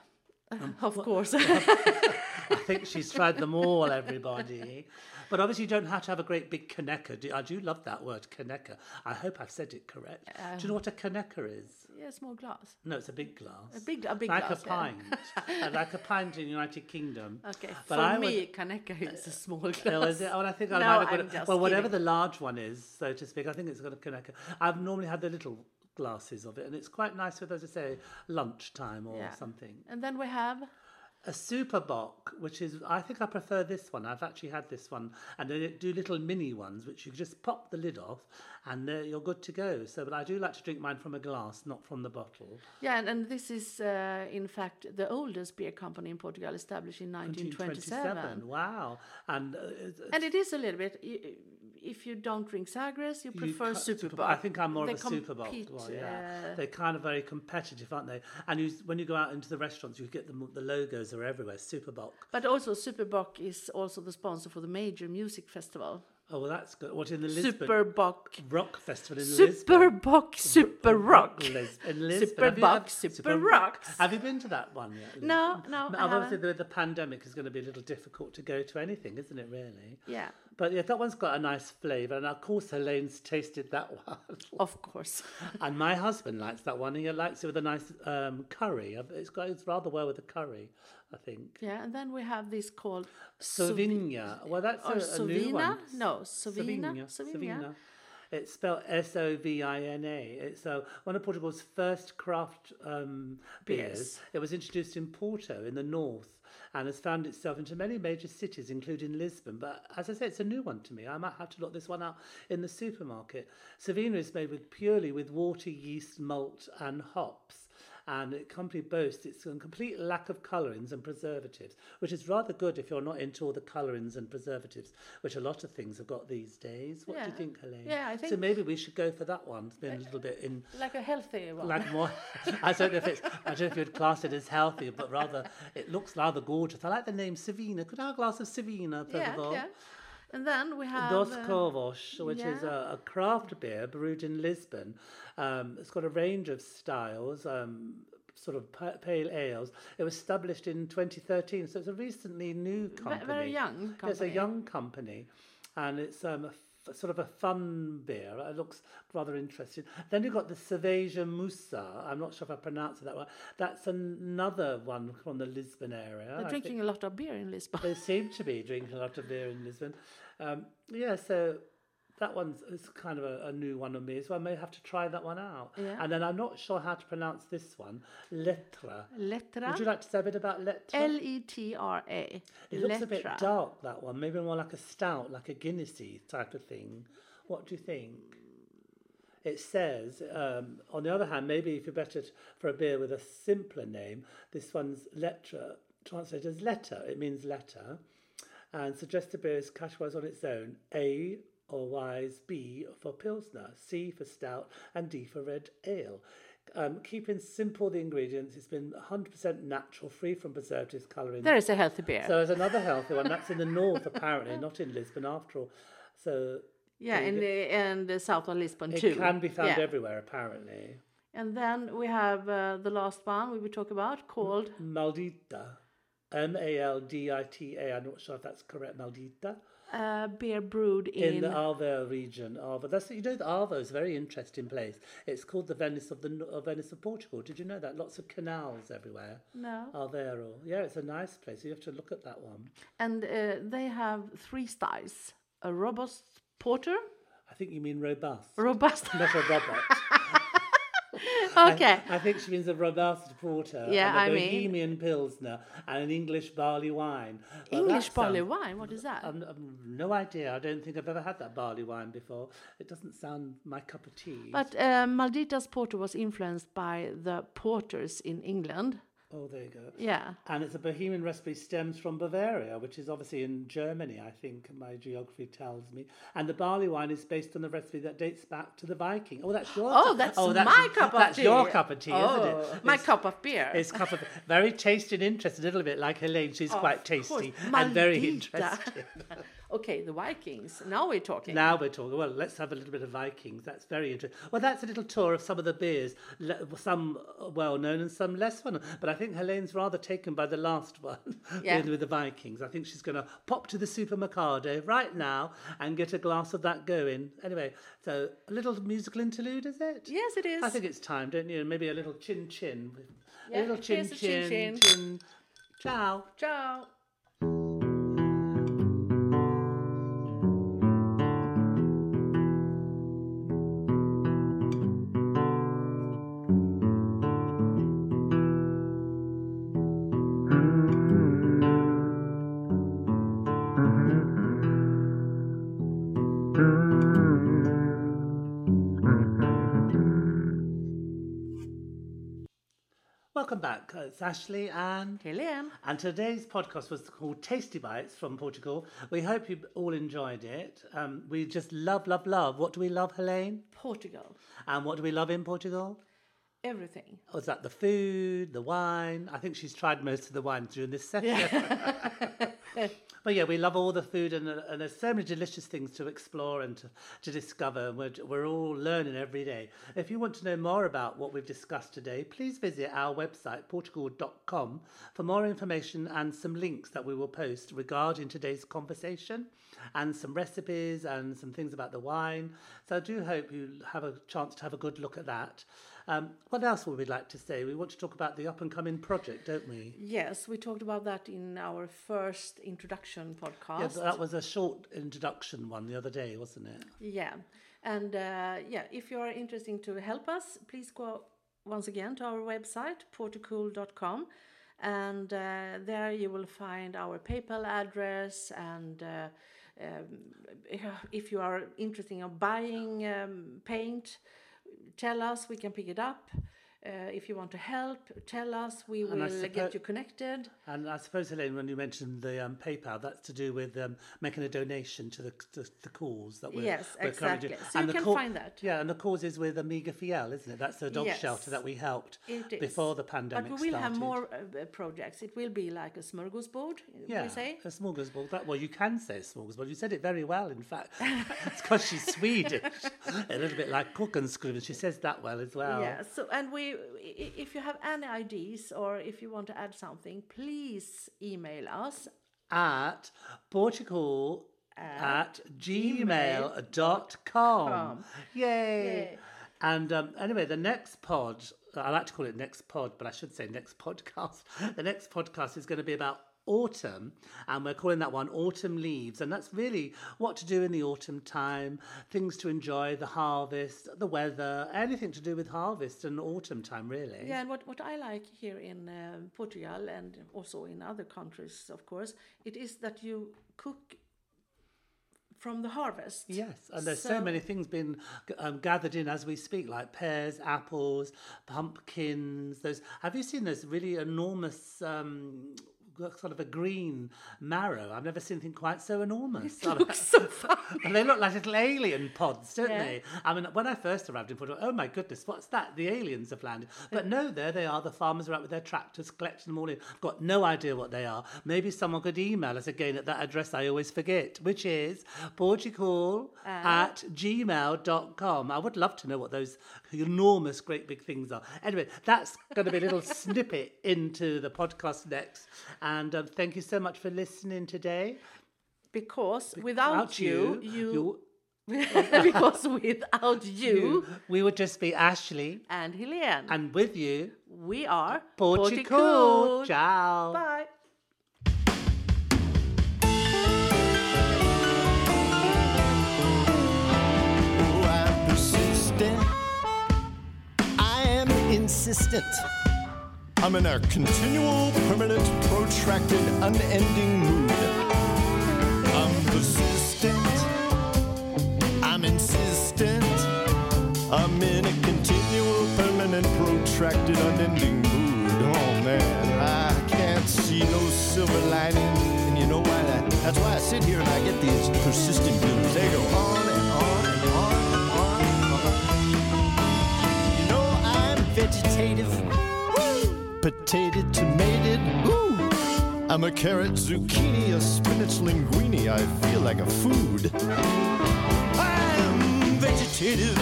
Speaker 1: Um,
Speaker 2: (laughs) of
Speaker 1: (laughs)
Speaker 2: course.
Speaker 1: I think she's tried them all, everybody. But obviously, you don't have to have a great big kaneka. Do, I do love that word, kaneka. I hope I've said it correct.
Speaker 2: Oh.
Speaker 1: do you know what a kaneka is?
Speaker 2: yeah, small glass.
Speaker 1: No, it's a big glass.
Speaker 2: A big, a big
Speaker 1: like
Speaker 2: glass. Oh,
Speaker 1: a
Speaker 2: yeah.
Speaker 1: pint,
Speaker 2: (laughs)
Speaker 1: Uh, like a pint in the United Kingdom.
Speaker 2: Okay,
Speaker 1: But
Speaker 2: for
Speaker 1: I would-
Speaker 2: me, Kaneka is a small glass.
Speaker 1: (laughs) Oh, is it? Oh, I think I
Speaker 2: No,
Speaker 1: might have
Speaker 2: I'm
Speaker 1: got it. Well,
Speaker 2: just
Speaker 1: whatever the
Speaker 2: kidding.
Speaker 1: large one is, so to speak, I think it's got a Kaneka. I've normally had the little glasses of it, and it's quite nice with, as I say, lunchtime or
Speaker 2: Yeah.
Speaker 1: something.
Speaker 2: And then we have
Speaker 1: A super bock, which is I think I prefer this one. I've actually had this one, and they do little mini ones, which you just pop the lid off, and they're- you're good to go. So, but I do like to drink mine from a glass, not from the bottle.
Speaker 2: Yeah, and, and this is, uh, in fact, the oldest beer company in Portugal, established in 1927.
Speaker 1: 1927, Wow, and uh, it's-
Speaker 2: And it is a little bit. i- i- If you don't drink Sagres, you prefer
Speaker 1: cut
Speaker 2: Super
Speaker 1: I think I'm more
Speaker 2: They
Speaker 1: of a Super Bowl.
Speaker 2: compete,
Speaker 1: Well, yeah.
Speaker 2: uh,
Speaker 1: They're kind of very competitive, aren't they? And you, s- when you go out into the restaurants, you get them, the logos are everywhere. Super Bowl.
Speaker 2: But also, Superbock is also the sponsor for the major music festival.
Speaker 1: Oh, well, that's good. What in the Lisbon?
Speaker 2: Superbock.
Speaker 1: Rock Festival in Lisbon.
Speaker 2: Superbock, Super
Speaker 1: (laughs)
Speaker 2: Rock.
Speaker 1: Lis- in Lisbon. Have you-
Speaker 2: Bock,
Speaker 1: have-
Speaker 2: Super
Speaker 1: Super
Speaker 2: Rocks.
Speaker 1: Have you been to that one yet?
Speaker 2: No,
Speaker 1: Lisbon?
Speaker 2: no, I
Speaker 1: obviously, the, the pandemic is going to be a little difficult to go to anything, isn't it, really?
Speaker 2: Yeah,
Speaker 1: But yeah, that one's got a nice flavour, and of course, Helene's tasted that (laughs) one.
Speaker 2: of course.
Speaker 1: And my husband likes that one. He likes it with a nice um, curry. Uh, It's goes rather well with a curry, I think.
Speaker 2: Yeah, and then we have this called Sovi-
Speaker 1: Sauvigna. Well, that's
Speaker 2: or
Speaker 1: a, a new one.
Speaker 2: Sovina. Oh, No, Sovina. Sovina.
Speaker 1: Sauvigna. It's spelled S O V I N A. It's uh, one of Portugal's first craft um, beers.
Speaker 2: Beers.
Speaker 1: It was introduced in Porto in the north and has found itself into many major cities, including Lisbon. But as I say, it's a new one to me. I might have to look this one up in the supermarket. Savina is made with purely with water, yeast, malt, and hops. And the company boasts its a complete lack of colourings and preservatives, which is rather good if you're not into all the colourings and preservatives, which a lot of things have got these days. What do you
Speaker 2: Yeah.
Speaker 1: think, Helene?
Speaker 2: Yeah, I
Speaker 1: so.
Speaker 2: think-
Speaker 1: Maybe we should go for that one. It's been a little bit in
Speaker 2: Like a healthy one.
Speaker 1: like more. (laughs) I don't know if it's. I don't know if you'd class it as healthy, but rather it looks rather gorgeous. I like the name Savina. Could I have a glass of Savina, first
Speaker 2: yeah,
Speaker 1: of all?
Speaker 2: yeah. And then we have.
Speaker 1: Dos
Speaker 2: uh,
Speaker 1: Corvos, which is
Speaker 2: yeah.
Speaker 1: a, a craft beer brewed in Lisbon. Um, it's got a range of styles, um, sort of pa- pale ales. It was established in 2013, so it's a recently new
Speaker 2: Ve-
Speaker 1: company.
Speaker 2: Very young company.
Speaker 1: It's a young company, and it's um, a f- sort of a fun beer. It looks rather interesting. Then you've got the Cerveja Musa. I'm not sure if I pronounced it that way. That's another one from the Lisbon area. I
Speaker 2: They're
Speaker 1: think
Speaker 2: drinking a lot of beer in Lisbon.
Speaker 1: they seem to be drinking a lot of beer in Lisbon. Um, yeah, so that one's is kind of a, a new one on me, so I may have to try that one out.
Speaker 2: Yeah.
Speaker 1: And then I'm not sure how to pronounce this one, Letra. Would you
Speaker 2: Letra.
Speaker 1: like to say a bit about Letra?
Speaker 2: L E T R A.
Speaker 1: It looks a bit dark, that one. Maybe more like a stout, like a Guinnessy type of thing. What do you think? It says, um, on the other hand, maybe if you're better t- for a beer with a simpler name, this one's letra, translated as letter. It means letter. And suggested beer is categorized on its own A, or wise, B for Pilsner, C for Stout, and D for Red Ale. Um, keeping simple the ingredients, it's been 100% natural, free from preservatives, colouring.
Speaker 2: There is a healthy beer.
Speaker 1: So there's another healthy one. That's in the north, apparently, not in Lisbon after all. So
Speaker 2: yeah, and the, and the south of Lisbon
Speaker 1: it
Speaker 2: too.
Speaker 1: can be found
Speaker 2: Yeah.
Speaker 1: everywhere, apparently.
Speaker 2: And then we have uh, the last one we will talk about called
Speaker 1: Maldita. M A L D I T A. I'm not sure if that's correct, Maldita.
Speaker 2: uh, beer brewed
Speaker 1: In,
Speaker 2: in,
Speaker 1: the Alva region. Alva. That's you know the Alva is a very interesting place. It's called the Venice of the N- of Venice of Portugal. Did you know that? Lots of canals everywhere.
Speaker 2: no,
Speaker 1: Alvero. Yeah, it's a nice place. You have to look at that one.
Speaker 2: and uh, they have three styles: a robust porter,
Speaker 1: I think you mean robust. (laughs)
Speaker 2: robust. (laughs)
Speaker 1: not a robot.
Speaker 2: okay,
Speaker 1: I think she means a robust porter.
Speaker 2: Yeah,
Speaker 1: and a
Speaker 2: I mean-
Speaker 1: Bohemian pilsner and an English barley wine. Well, that
Speaker 2: English barley
Speaker 1: sounds-
Speaker 2: wine. What is that?
Speaker 1: Um, um, no idea. I don't think I've ever had that barley wine before. It doesn't sound my cup of tea.
Speaker 2: but uh, Maldita's porter was influenced by the porters in England.
Speaker 1: oh, there you go.
Speaker 2: Yeah.
Speaker 1: And it's a Bohemian recipe stems from Bavaria, which is obviously in Germany, I think my geography tells me. And the barley wine is based on a recipe that dates back to the Viking. Oh, that's your
Speaker 2: Oh, that's, my cup of
Speaker 1: that's
Speaker 2: tea.
Speaker 1: your cup of tea,
Speaker 2: oh,
Speaker 1: isn't it?
Speaker 2: My
Speaker 1: It's-
Speaker 2: cup of beer.
Speaker 1: It's cup of very tasty and interesting, a little bit like Helene. She's quite tasty and very interesting.
Speaker 2: okay, the Vikings. Now we're talking.
Speaker 1: Now we're talking. Well, let's have a little bit of Vikings. That's very interesting. Well, that's a little tour of some of the beers, le- some well known and some less well known. But I think Helene's rather taken by the last one (laughs)
Speaker 2: Yeah.
Speaker 1: with, with the Vikings. I think she's going to pop to the supermercado right now and get a glass of that going. Anyway, so a little musical interlude, is it?
Speaker 2: yes, it is.
Speaker 1: I think it's time, don't you? Maybe a little chin chin.
Speaker 2: Yeah,
Speaker 1: a little chin
Speaker 2: here's a chin
Speaker 1: chin
Speaker 2: chin.
Speaker 1: chin. Ciao.
Speaker 2: Ciao.
Speaker 1: Welcome back. Uh, It's Ashley and
Speaker 2: Helene.
Speaker 1: And today's podcast was called Tasty Bites from Portugal. We hope you all enjoyed it. Um, we just love, love, love. What do we love, Helene?
Speaker 2: Portugal.
Speaker 1: And what do we love in Portugal?
Speaker 2: Everything.
Speaker 1: Was that the food, the wine? I think she's tried most of the wine during this session. but yeah, we love all the food, and, uh, and there's so many delicious things to explore and to, to discover. And we're, we're all learning every day. If you want to know more about what we've discussed today, please visit our website, portugal.com, for more information and some links that we will post regarding today's conversation and some recipes and some things about the wine. So I do hope you have a chance to have a good look at that. Um, what else would we like to say? We want to talk about the up and coming project, don't we?
Speaker 2: Yes, we talked about that in our first introduction podcast.
Speaker 1: Yeah, but that was a short introduction one the other day, wasn't it?
Speaker 2: Yeah. And uh, yeah, if you are interested to help us, please go once again to our website, portugal.com. And uh, there you will find our PayPal address. And uh, um, (laughs) if you are interested in buying um, paint, tell us, we can pick it up. Uh, if you want to help, tell us. We
Speaker 1: And I
Speaker 2: will
Speaker 1: suppo-
Speaker 2: get you connected.
Speaker 1: And I suppose, Helene, when you mentioned the um, PayPal, that's to do with um, making a donation to the, to the cause that we're,
Speaker 2: Yes,
Speaker 1: we're currently doing.
Speaker 2: exactly. So you
Speaker 1: the
Speaker 2: can find that.
Speaker 1: Yeah, and the cause is with Amiga Fiel, isn't it? That's the dog
Speaker 2: Yes.
Speaker 1: shelter that we helped
Speaker 2: It is.
Speaker 1: before the pandemic
Speaker 2: But we will
Speaker 1: started.
Speaker 2: have more uh, uh, projects. It will be like a smorgasbord,
Speaker 1: Yeah,
Speaker 2: we say.
Speaker 1: a smorgasbord. That, well, you can say smorgasbord. You said it very well, in fact. (laughs) it's because she's Swedish. (laughs) a little bit like cook and screw, and she says that well as well.
Speaker 2: Yeah. So, and we, i- if you have any ideas or if you want to add something, please email us.
Speaker 1: at portugal at gmail.com. Yay. Yay.
Speaker 2: Yay.
Speaker 1: And um, anyway, the next pod, I like to call it next pod, but I should say next podcast. (laughs) The next podcast is going to be about autumn and we're calling that one autumn leaves and that's really what to do in the autumn time things to enjoy the harvest the weather anything to do with harvest and autumn time really
Speaker 2: Yeah. And what, what I like here in um, Portugal and also in other countries, of course, it is that you cook from the harvest.
Speaker 1: Yes, and there's so,
Speaker 2: So- (laughs)
Speaker 1: many things being g- um, gathered in as we speak, like pears, apples, pumpkins. Those have you seen those really enormous um, g- sort of a green marrow. I've never seen anything quite so enormous. I
Speaker 2: Looks so
Speaker 1: (laughs)
Speaker 2: funny.
Speaker 1: And they look like little alien pods, don't
Speaker 2: Yeah.
Speaker 1: they? I mean, when I first arrived in Portugal, oh my goodness, what's that? The aliens have landed. But no, there they are. The farmers are out with their tractors collecting them all in. Got no idea what they are. Maybe someone could email us again at that address I always forget, which is portugal
Speaker 2: Uh-huh.
Speaker 1: at gmail.com. I would love to know what those enormous, great big things are. Anyway, that's going to be a
Speaker 2: (laughs)
Speaker 1: little snippet into the podcast next. And um, thank you so much for listening today.
Speaker 2: Because without you, you, (laughs)
Speaker 1: you (laughs)
Speaker 2: because without you
Speaker 1: We would just be Ashley,
Speaker 2: and Helene,
Speaker 1: and with you,
Speaker 2: we are
Speaker 1: Portugal. Ciao.
Speaker 2: Bye.
Speaker 3: I'm persistent. I am insistent. I'm in a continual, permanent, protracted, unending mood. I'm persistent. I'm insistent. I'm in a continual, permanent, protracted, unending mood. Oh man, I can't see no silver lining. And you know why that? That's why I sit here and I get these persistent blues. They go on and on and on and on and on. You know I'm vegetative. Woo! Potato tomated. Ooh. I'm a carrot, zucchini, a spinach linguine. I feel like a food. I'm vegetative.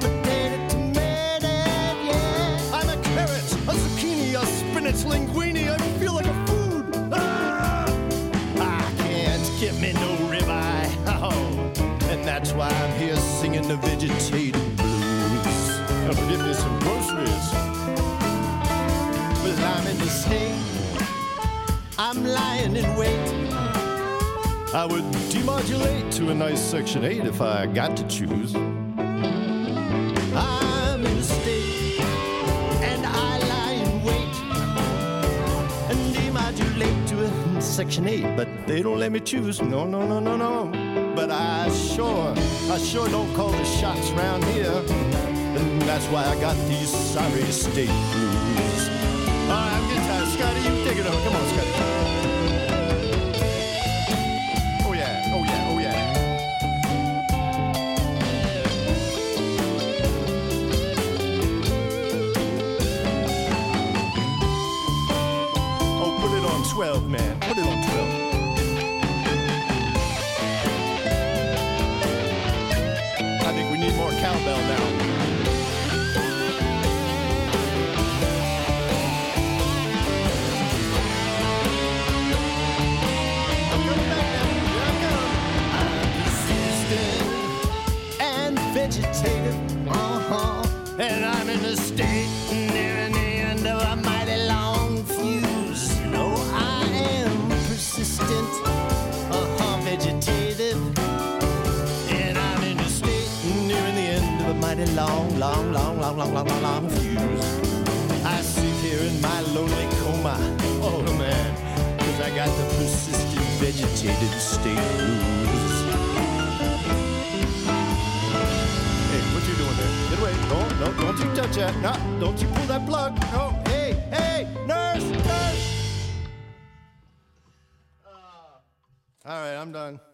Speaker 3: Potato tomato, yeah. I'm a carrot, a zucchini, a spinach linguine. I feel like a food. Ah! I can't get me no ribeye. Oh, and that's why I'm here singing the vegetative blues. I'm gonna get me some groceries. Well, I'm in the state. I'm lying in wait. I would demodulate to a nice section 8 if I got to choose. I'm in a state, and I lie in wait and demodulate to a section 8, but they don't let me choose. No, no, no, no, no. But I sure, I sure don't call the shots round here. And that's why I got these sorry state blues. All right, I'm getting tired. Scotty, you take it over. Come on, Scotty. Oh, yeah, oh, yeah, oh, yeah. Oh, put it on 12, man. Put it on 12. I think we need more cowbell now. I'm coming back now. Here I come. I'm persistent and Vegetative, uh-huh. And I'm in a state near the end of a mighty long fuse. You know I am persistent, uh-huh, vegetative. And I'm in a state nearing the end of a mighty long, long, long, long, long, long, long, long fuse. I sit here in my lonely coma. Oh man, cause I got the persistent vegetated state blues. Hey, what you doing there? Get away. Don't, no, don't you touch that. No, don't you pull that plug. No, hey, hey, nurse, nurse. Uh, All right, I'm done.